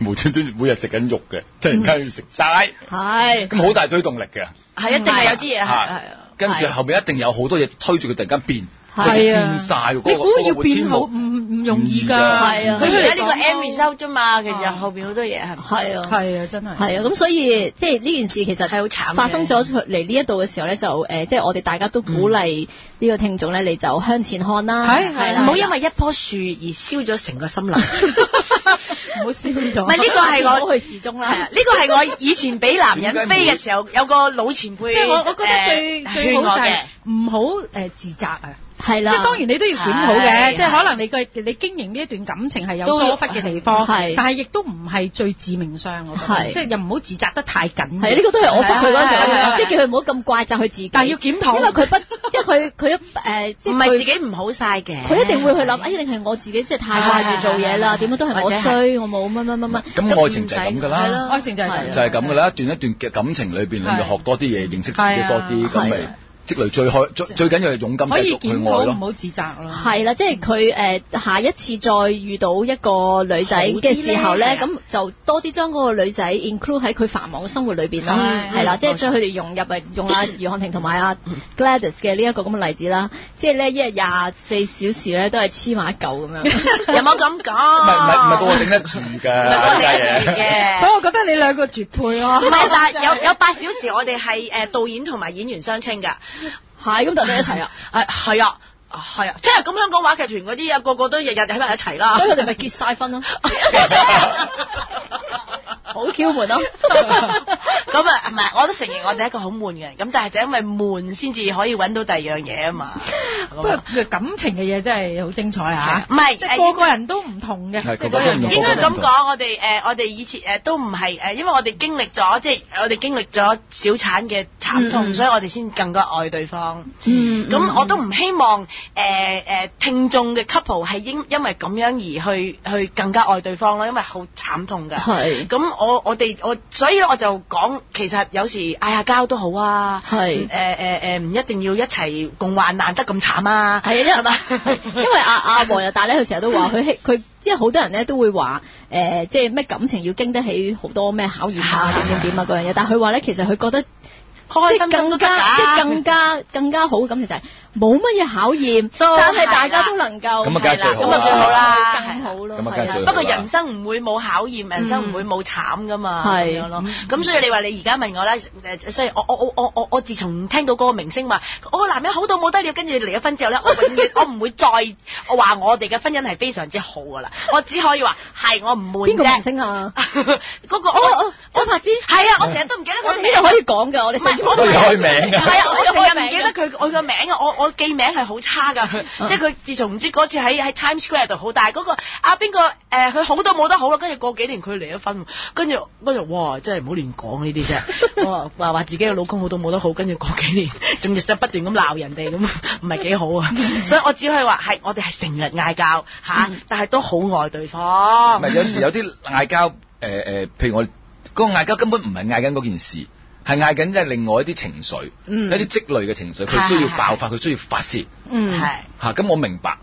無端端每日食緊肉嘅，突然間要食齋，
嗯
係
咁好大推動力嘅。
係一定係有
啊
啲嘢係係啊
嚇跟住後面一定有好多嘢推住佢，突然間變，佢
係
哋
啊
變晒喎嗰個
你估
嗰個
要
會
變
天
好
幕
唔唔容易㗎，
唔易㗎
係啊
佢而家呢個
佢哋講
M result 啫嘛，其實
啊
後邊好多嘢係咪。
係啊。
係啊，真係
係啊，咁所以即係呢件事其實
係好慘嘅
發生咗出嚟呢一度嘅時候咧，就誒、呃即係我哋大家都鼓勵呢個聽眾咧，你就向前看啦，
係係
係
唔
啦，
好因為一棵樹而燒咗成個森林。
唔好燒咗。
唔係呢個係我
唔好去時鐘
係啊
啦，
呢個係我以前俾男人飛嘅時候，有個老前輩，
即係我，我覺得最
誒
最好
勸我
就係
嘅。
唔好誒自責啊！
係
即
啦，
係當然你都要檢討嘅，
係
即係可能你個你經營呢一段感情係有疏忽嘅
都
地方，
係
但係亦都唔係最致命傷，我覺
係
得，即係又唔好自責得太緊。
係呢個都係我服佢嗰陣時
係啊係
我
啊
即係叫佢唔好咁怪責佢自己，
但係要檢討
因為佢 不，即係佢佢一誒，即
唔
係
係
佢
自己唔好晒嘅，
佢一定會去諗，哎，一定係我自己即係太掛住做嘢啦，
係係係
點樣都係我
或者係
衰，我冇乜乜乜乜。
咁愛情就係咁㗎
係
啦
咯。
愛情就係啊
係
咁
就係咁噶啦，一段一段嘅感情裏邊，你咪
係
學多啲嘢，認識自己多啲，
係啊
咁
係啊
咪積累最開最最緊要係勇敢繼
可以
續去
檢
愛
討，唔
咯。
好自責咯。
係啦，即係佢誒下一次再遇到一個女仔嘅時候咧，
好啲
咁就多啲將嗰個女仔 include 喺佢繁忙嘅生活裏邊啦，
係
係啦，
嗯
即係將佢哋融入啊，用阿余漢庭同埋阿 Gladys 嘅呢一個咁嘅例子啦，即係咧一日廿四小時咧都係黐埋一嚿咁樣，
有冇咁講？
唔係唔係唔係個個
唔
頂得住㗎，
係個
呢
個頂得住
家嘢
嘅。
所以我覺得你兩個絕配咯。
唔係，但係有有八小時，我哋係誒導演同埋演員相稱㗎。
係咁就得一齊啦，
誒哎係啊，係啊，即係咁香港話劇團嗰啲啊，個個都日日喺埋一齊啦
所以。佢哋咪結晒 婚咯，好 Q 門 咯。
咁啊，唔係，我都承認我哋係一個好悶嘅人，咁但係就因為悶先至可以揾到第二樣嘢啊嘛。
不過呃感情嘅嘢真係好精彩啊！
唔係
即
誒
係個個人都唔同嘅，
係
即係
個個都唔同
應該咁講，我哋誒、呃我哋以前誒、呃都唔係誒，因為我哋經歷咗，即係我哋經歷咗小產嘅慘
嗯
痛，
嗯
所以我哋先更加愛對方。
嗯
咁、我都唔希望誒誒、呃呃聽眾嘅 couple 係因因為咁樣而去去更加愛對方咯，因為好慘痛㗎。
係
咁我我哋我所以我就講，其實有時嗌下交都好啊。
係
誒誒誒，唔一定要一齊共患難得咁慘啊。
係啊，因為因為阿阿黃日達咧，佢成日都話佢希佢，因為好多人咧都會話誒、呃即係咩感情要經得起好多咩考驗啊，點點點啊嗰樣嘢。但係佢話咧，其實佢覺得
開
即
心
係
心
更
都得
加
㗎
即係更加更加好嘅感情就係冇乜嘢考驗，
都
但係
係啦
大家都能夠
咁啊梗係最好啦
係咁啊
係
最好啦，
啦
更好咯，
咁啊梗係
係
最
啊
不
好
過人生唔會冇考驗，人生唔會冇慘噶嘛，咁
係嗯
樣咯。咁所以你話你而家問我咧，誒，所以我我我我我我自從聽到嗰個明星話我個男人好到冇得了，跟住離咗 婚之後咧，我永遠我唔會再我話我哋嘅婚姻係非常之好噶啦，我只可以話係我唔悶
邊個明
啫。
星啊？
嗰個
哦
我
哦，周柏芝，
係啊，我成日都唔記得
我
佢
哋
名。
呢度可以講㗎，我哋上次
唔係
都要開名㗎。
係啊，我
我開
成日
名
唔記得佢我個名啊，我我記名係好差噶，即係佢自從唔知嗰次喺喺 Times Square 度好大嗰個啊邊個誒，呃佢好到冇得好啦，跟住過幾年佢離咗婚喎，跟住跟住哇，真係唔好亂講呢啲啫，我話話自己嘅老公好到冇得好，跟住過幾年仲日日不斷咁鬧人哋咁，唔係幾好啊，所以我只可以話係我哋係成日嗌交嚇，但係都好愛對
唔
方
係，有時有啲嗌交，誒、誒，譬如我嗰、個嗌交根本唔係嗌緊嗰件事，係嗌緊即係另外一啲情緒，
嗯
一啲積累嘅情緒，
係
佢需要
係
爆發，佢需要發泄
嗯
係
嚇。咁、我明白，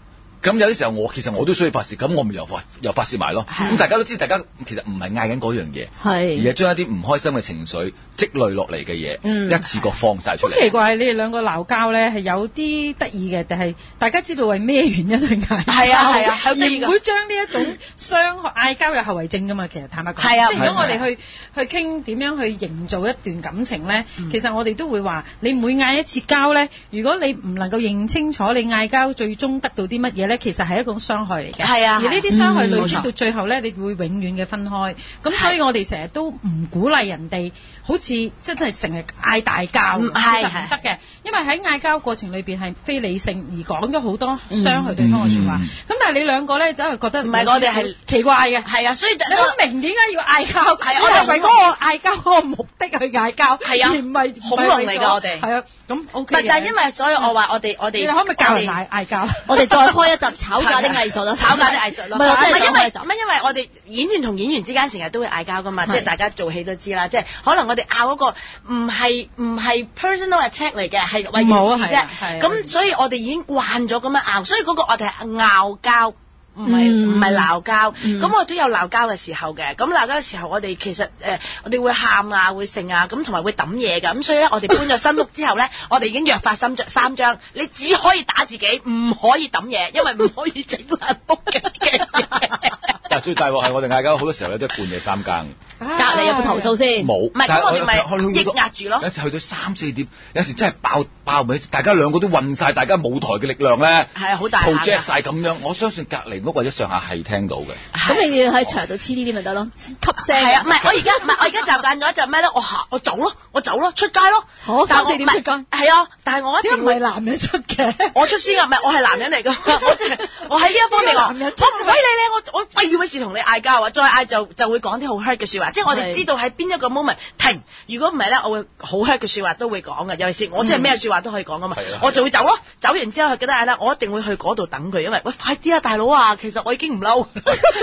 咁有啲時候我其實我都需要發泄，咁我咪又發又發泄埋咯。
係
咁大家都知，大家其實唔係嗌緊嗰樣嘢，而
係
係將一啲唔開心嘅情緒積累落嚟嘅嘢，
嗯
一次過放晒出
好
嚟。
奇怪，你哋兩個鬧交咧係有啲得意嘅，但係大家知道為咩原因去嗌交，
係啊 係啊係好
而
得意㗎
唔會將呢一種傷害嗌交有後遺症噶嘛。其實坦白講，
係啊
即係如
係啊
果我哋去去傾點樣去營造一段感情咧，
嗯
其實我哋都會話你每嗌一次交咧，如果你唔能夠認清楚你嗌交最終得到啲乜嘢咧，其實係一種傷害嚟嘅。
係啊
而
係
呢啲傷害
嗯
累
冇
積
錯
到最後咧，你會永遠嘅分開。咁
係
所以我哋成日都唔鼓勵人哋，好似真係成日嗌大交。
嗯
其實
係
唔
係
得嘅，因為喺嗌交過程裏邊係非理性而講咗好多傷害對方嘅説話。
嗯嗯
咁但係你兩個咧，就係覺得
唔係我哋係
奇怪嘅。
係啊，所以就
你好明點解要嗌交？
係啊
我
我
哋
哋
為嗰個嗌交嗰個目的去嗌交，
係啊
而唔係
恐龍嚟㗎我哋
係啊，咁 OK 嘅。嗯
但但因為所以我話我哋我
你
哋
哋可唔可以教人
我哋
嗌嗌交？
我哋再開一集吵架的藝術啦，
炒架啲藝術咯，
唔係我真係想開
因
一
為
集
唔係因為我哋演員同演員之間成日都會嗌交噶嘛，
係
即係大家做戲都知啦，即係可能我哋拗嗰個唔係唔係 personal attack 嚟嘅，係為
冇啊
件事
係啊係啊
啫。咁所以我哋已經慣咗咁樣拗，所以嗰個我哋係拗交。唔係
嗯
唔係鬧交，咁、
嗯
我都有鬧交嘅時候嘅。咁鬧交嘅時候，我哋其實誒、呃我哋會喊啊，會剩啊，咁同埋會抌嘢㗎。咁所以咧，我哋搬咗新屋之後咧， 我哋已經弱化三章三章，你只可以打自己，唔可以抌嘢，因為唔可以整爛屋 嘅嘅嘢。
但係最大鑊係我哋嗌交好多時候咧，都係半夜三更嘅。
隔離有冇投
啊
訴先？
冇，
唔係咁我哋咪
但係去到
抑壓住咯
有時去到三四點，有時真係爆爆尾，大家兩個都混晒，大家舞台嘅力量咧，
係啊好大壓力
project 晒咁樣。我相信隔離屋或者上下係聽到嘅。
咁你哋喺牆度黐呢啲咪得咯，吸聲。
係啊，唔係我而家唔係我而家習慣咗就係咩咧？我行我走咯，我走咯，出街咯。
好
但係
三四點出街
唔係係啊，但係我一
點解
定
唔
會
係男人出嘅？
我出啊先噶，唔係我係男人 嚟噶，我即係我喺呢一方
呢個
面
男
我
人啊
我唔鬼理你，我我費要嘅事同你嗌交啊，再嗌就就會講啲好 hurt 嘅説話，即係我哋
係
知道喺邊一個 moment 停。如果唔係咧，我會好 hurt 嘅説話都會講嘅，尤其是我真係咩説話都可以講噶嘛
嗯
係啊係啊，
我就會走咯。走完之後佢記得嗌啦，我一定會去嗰度等佢，因為喂快啲啊大佬啊，其實我已經唔嬲，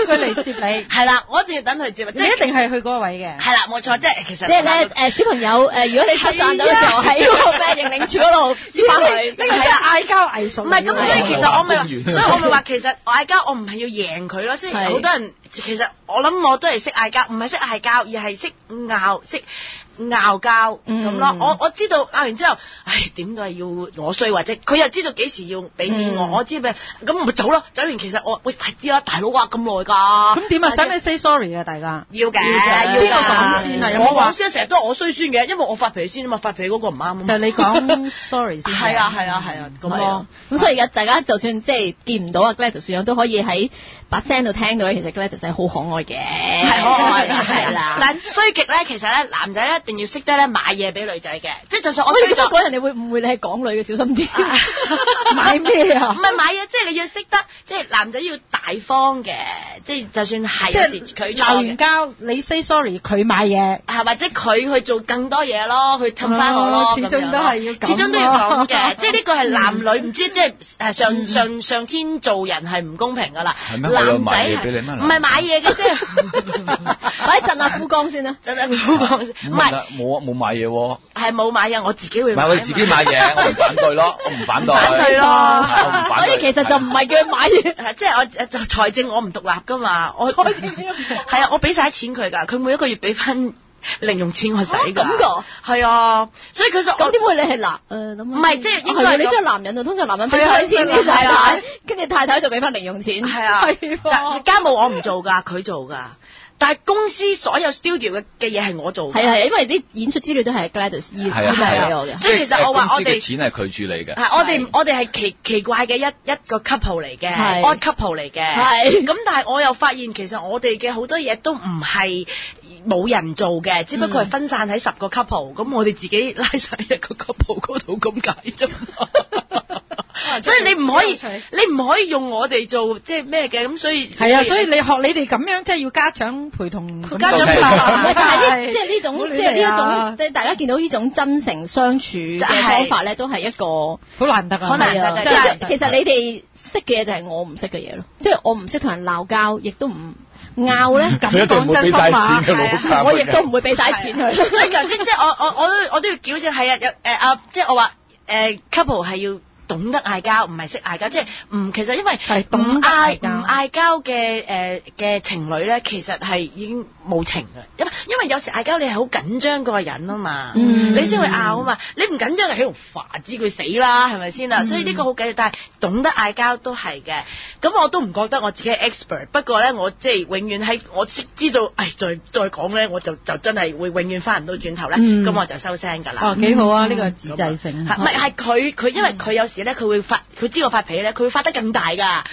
佢嚟接你，
係啦，我一定要等佢接，即
你一
係
定係去嗰個位嘅。
係啦，冇錯，即係其啊實
即係咧，誒小朋友，誒如果你失散咗嘅時候，
係啊
喺嗰個咩認領處嗰度翻去，
呢哎個真係嗌交藝術
唔
嚟
係
㗎。
咁，所以其實我咪 話，
公
所
園
以我咪話其實我嗌交，我唔係要贏佢咯。雖然
係
好多人其實我諗我都係識嗌交，唔係識嗌交，而係識拗識。拗交咁咯，
嗯
我我知道拗完之後，唉點都係要我衰，或者佢又知道幾時要俾面我，
嗯
我知咩，咁咪走咯。走完其實我喂快啲啦，大佬啊咁耐㗎，
咁點啊？
快啲
使唔使 say sorry 啊？大家
要嘅，
要
要
嘅邊
㗎
個講先啊有冇
我
話
講先，成日都係我衰先嘅，因為我發脾氣先啊嘛，發脾氣嗰個唔啱啊嘛。
就你講 sorry 先。
係啊係啊係啊咁
係
咯
啊。咁所以而家大家就算即係見唔到啊 Gladys 樣，都可以喺把聲度聽到咧。其實 Gladys 係好可愛嘅，
係
係
可愛嘅，
哦係
係啦。
啦。
但衰極咧，其實咧，男仔咧一定要識得咧買嘢俾女仔嘅，即係就算
我
我
哋
衰
咁樣
咗，
講，人哋會誤會你係港女嘅，小心 啲。買咩
唔
啊？
係買嘢，即係你要識得，即係男仔要大方嘅，即係就算係有時佢
鬧
錯
完
嘅。
交，你 say sorry，佢買嘢。
係或者佢去做更多嘢咯，去氹翻我
哦
咯，
始
咁
終
樣
都
咯
係要咁
始終都要
咯
咁嘅，即係呢個係男女唔知即係誒上上上天做人係唔公平噶啦，
係
男
咩
仔
我有買嘢
係
俾你咩
唔係買嘢嘅，即 係
或者震下夫光啊先啦。
真係 唔好講
唔
唔
係
係
啦冇啊冇買嘢喎，
係冇買啊嘢，我自己會
唔係我哋
嘛
自己買嘢，我唔反對咯，我唔反對，
反對
係
咯
啊我唔反
所
對
以其實就唔係叫佢買嘢。
係即係我誒就財政我唔獨立噶嘛，我係啊，我俾晒錢佢㗎，佢每一個月俾翻零用錢我使㗎。
哦咁㗎
係啊，所以佢就
咁點會你係男？誒咁啊
唔係即係應該係
哦啊
咁
你真係男人喎，通常男人俾
係啊
曬錢俾
係啊
太
係啊
太，跟住太太就俾翻零用錢。
係啊
係喎，
但家務我唔做㗎，佢做㗎。但係公司所有 studio 嘅嘅嘢係我做㗎。
係啊係啊，因為啲演出資料都係 Gladys 依依
係啊
賴
係
俾我
啊
嘅，。
所以其實我話
公司
我哋
嘅錢係佢處理嘅。
係我哋
係
我哋係奇奇怪嘅一一個 couple 嚟嘅
係
，odd couple 嚟嘅。
係
咁，但係我又發現其實我哋嘅好多嘢都唔係冇人做嘅，只不過係分散喺十個 couple，咁、我哋自己拉晒一個 couple 嗰度咁解啫嘛。所以你唔可
有
以，
趣
你唔可以用我哋做即係咩嘅，咁所以
係啊，所以你學你哋咁樣，即係要家長陪同咁樣。
家長
陪同
唔係，但啊係呢，即係呢
好
種，
亂
即係
嚟
呢
啊
一種，即係大家見到呢種真誠相處嘅方法咧，都係一個。
好難得啊，
好難得
係
㗎
啊
真係
即係其實你哋識嘅嘢就係我唔識嘅嘢咯，即係我唔識同人鬧交，亦都唔拗咧。
佢一定唔會俾晒錢嘅老闆
啊我亦都唔會俾晒錢佢。
啊所以頭先即係我我我都我都要矯正係啊，有誒啊，即係我話誒 couple 係要懂得嗌交，唔係識嗌交，即係唔其實因為
係
唔
懂得嗌
嗌
交
唔嗌交嘅誒嘅情侶咧，其實係已經冇情嘅，因為因為有時嗌交你係好緊張嗰個人啊嘛，
嗯
你先會拗啊嘛，你唔緊張就喺度煩知佢死啦，係咪先
嗯
啊？所以呢個好緊要，但係懂得嗌交都係嘅。咁我都唔覺得我自己係 expert，不過咧我即係永遠喺我知知道，唉，再再講咧我就就真係會永遠翻唔到轉頭咧，
嗯
咁、我就收聲㗎啦。
哦，幾好啊！呢個自制性啊嗯
係唔係係佢佢，因為佢有時咧，佢會發，佢知我發脾氣咧，佢會發得更大噶。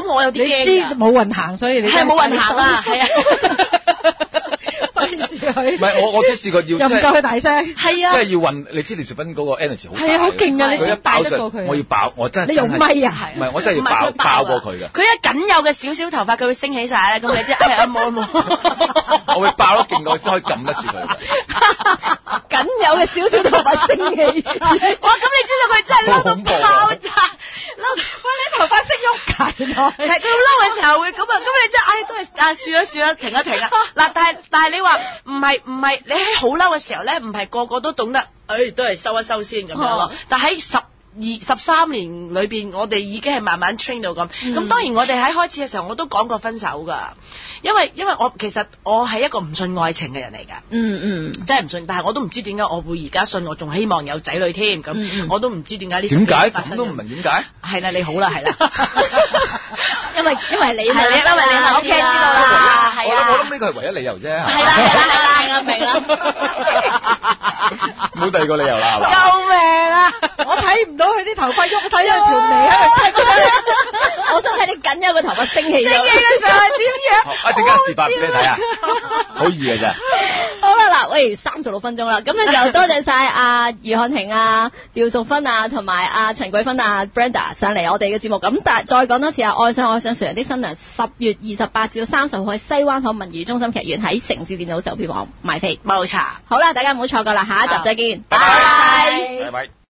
咁我有啲
你知
驚㗎，
冇運行，所以你
係冇運行啊，係
費
啊，
事佢，
唔係我我都試過
又
要
唔
即
夠
係
佢大聲，
係
即係要
啊，
運，你知廖兆斌嗰個 energy 好大
係啊，好勁啊！
嘅
你
佢一
真係
爆
大得過
實，我要
佢，
爆，我真係
你用
真係
咪啊？
唔係我真係
唔
要
係
爆
佢
爆
過
過佢嘅，
佢一僅有嘅少少頭髮，佢會升起晒咧，咁你即係哎呀冇冇，
我會爆得勁過先可以撳得住佢嘅。
僅有嘅少少頭髮升起，
哇！咁你知道佢真係嬲
好恐怖
到
啊
爆 炸，嬲到
你頭髮識喐緊
係佢嬲嘅時候會咁啊，咁你真係唉都係啊，算啦算啦，停一 停啊！嗱，但係但係你話唔係唔係，你喺好嬲嘅時候咧，唔係個個都懂得，唉，都係收一收先咁樣咯
哦。
但喺十二十三年裏邊，我哋已經係慢慢 train 到咁。咁當然我哋喺開始嘅時候，我都講過分手㗎，因為因為我其實我係一個唔信愛情嘅人嚟㗎。
嗯嗯，
真係唔信，但係我都唔知點解我會而家信，我仲希望有仔女添，咁、
嗯嗯
我都唔知點解呢十
點
幾
解
年發生
咁
咗
都唔明點解？
係啦，你好啦，係啦，
因為因為你嘛啊
係你啦因為你啦
知
OK，知道啦係啊
我諗我諗呢個係唯一理由啫，
係啦係啦係啦，
係啦明
啦，
啊
冇第二個理由啦， 係嘛？
救命啊！
我睇唔到佢啲頭髮喐，我睇到條脷喺度出
我想睇你僅有嘅頭髮升起
你
咗。
嘅時候係點樣？
一陣間示範俾你睇啊，好易嘅 咋。
好啦，嗱，喂，三十六分鐘啦，咁咧就多謝晒阿余漢庭啊、廖淑芬啊，同埋阿陳桂芬啊、Brenda 上嚟我哋嘅節目。咁但係再講多次啊，愛上愛上誰人的新娘，十月二十八至三十號喺西灣河文娛中心劇院喺城市電腦售票網買飛。
冇錯。
好啦，大家唔好錯過啦，下一集再見，
拜拜
拜
拜。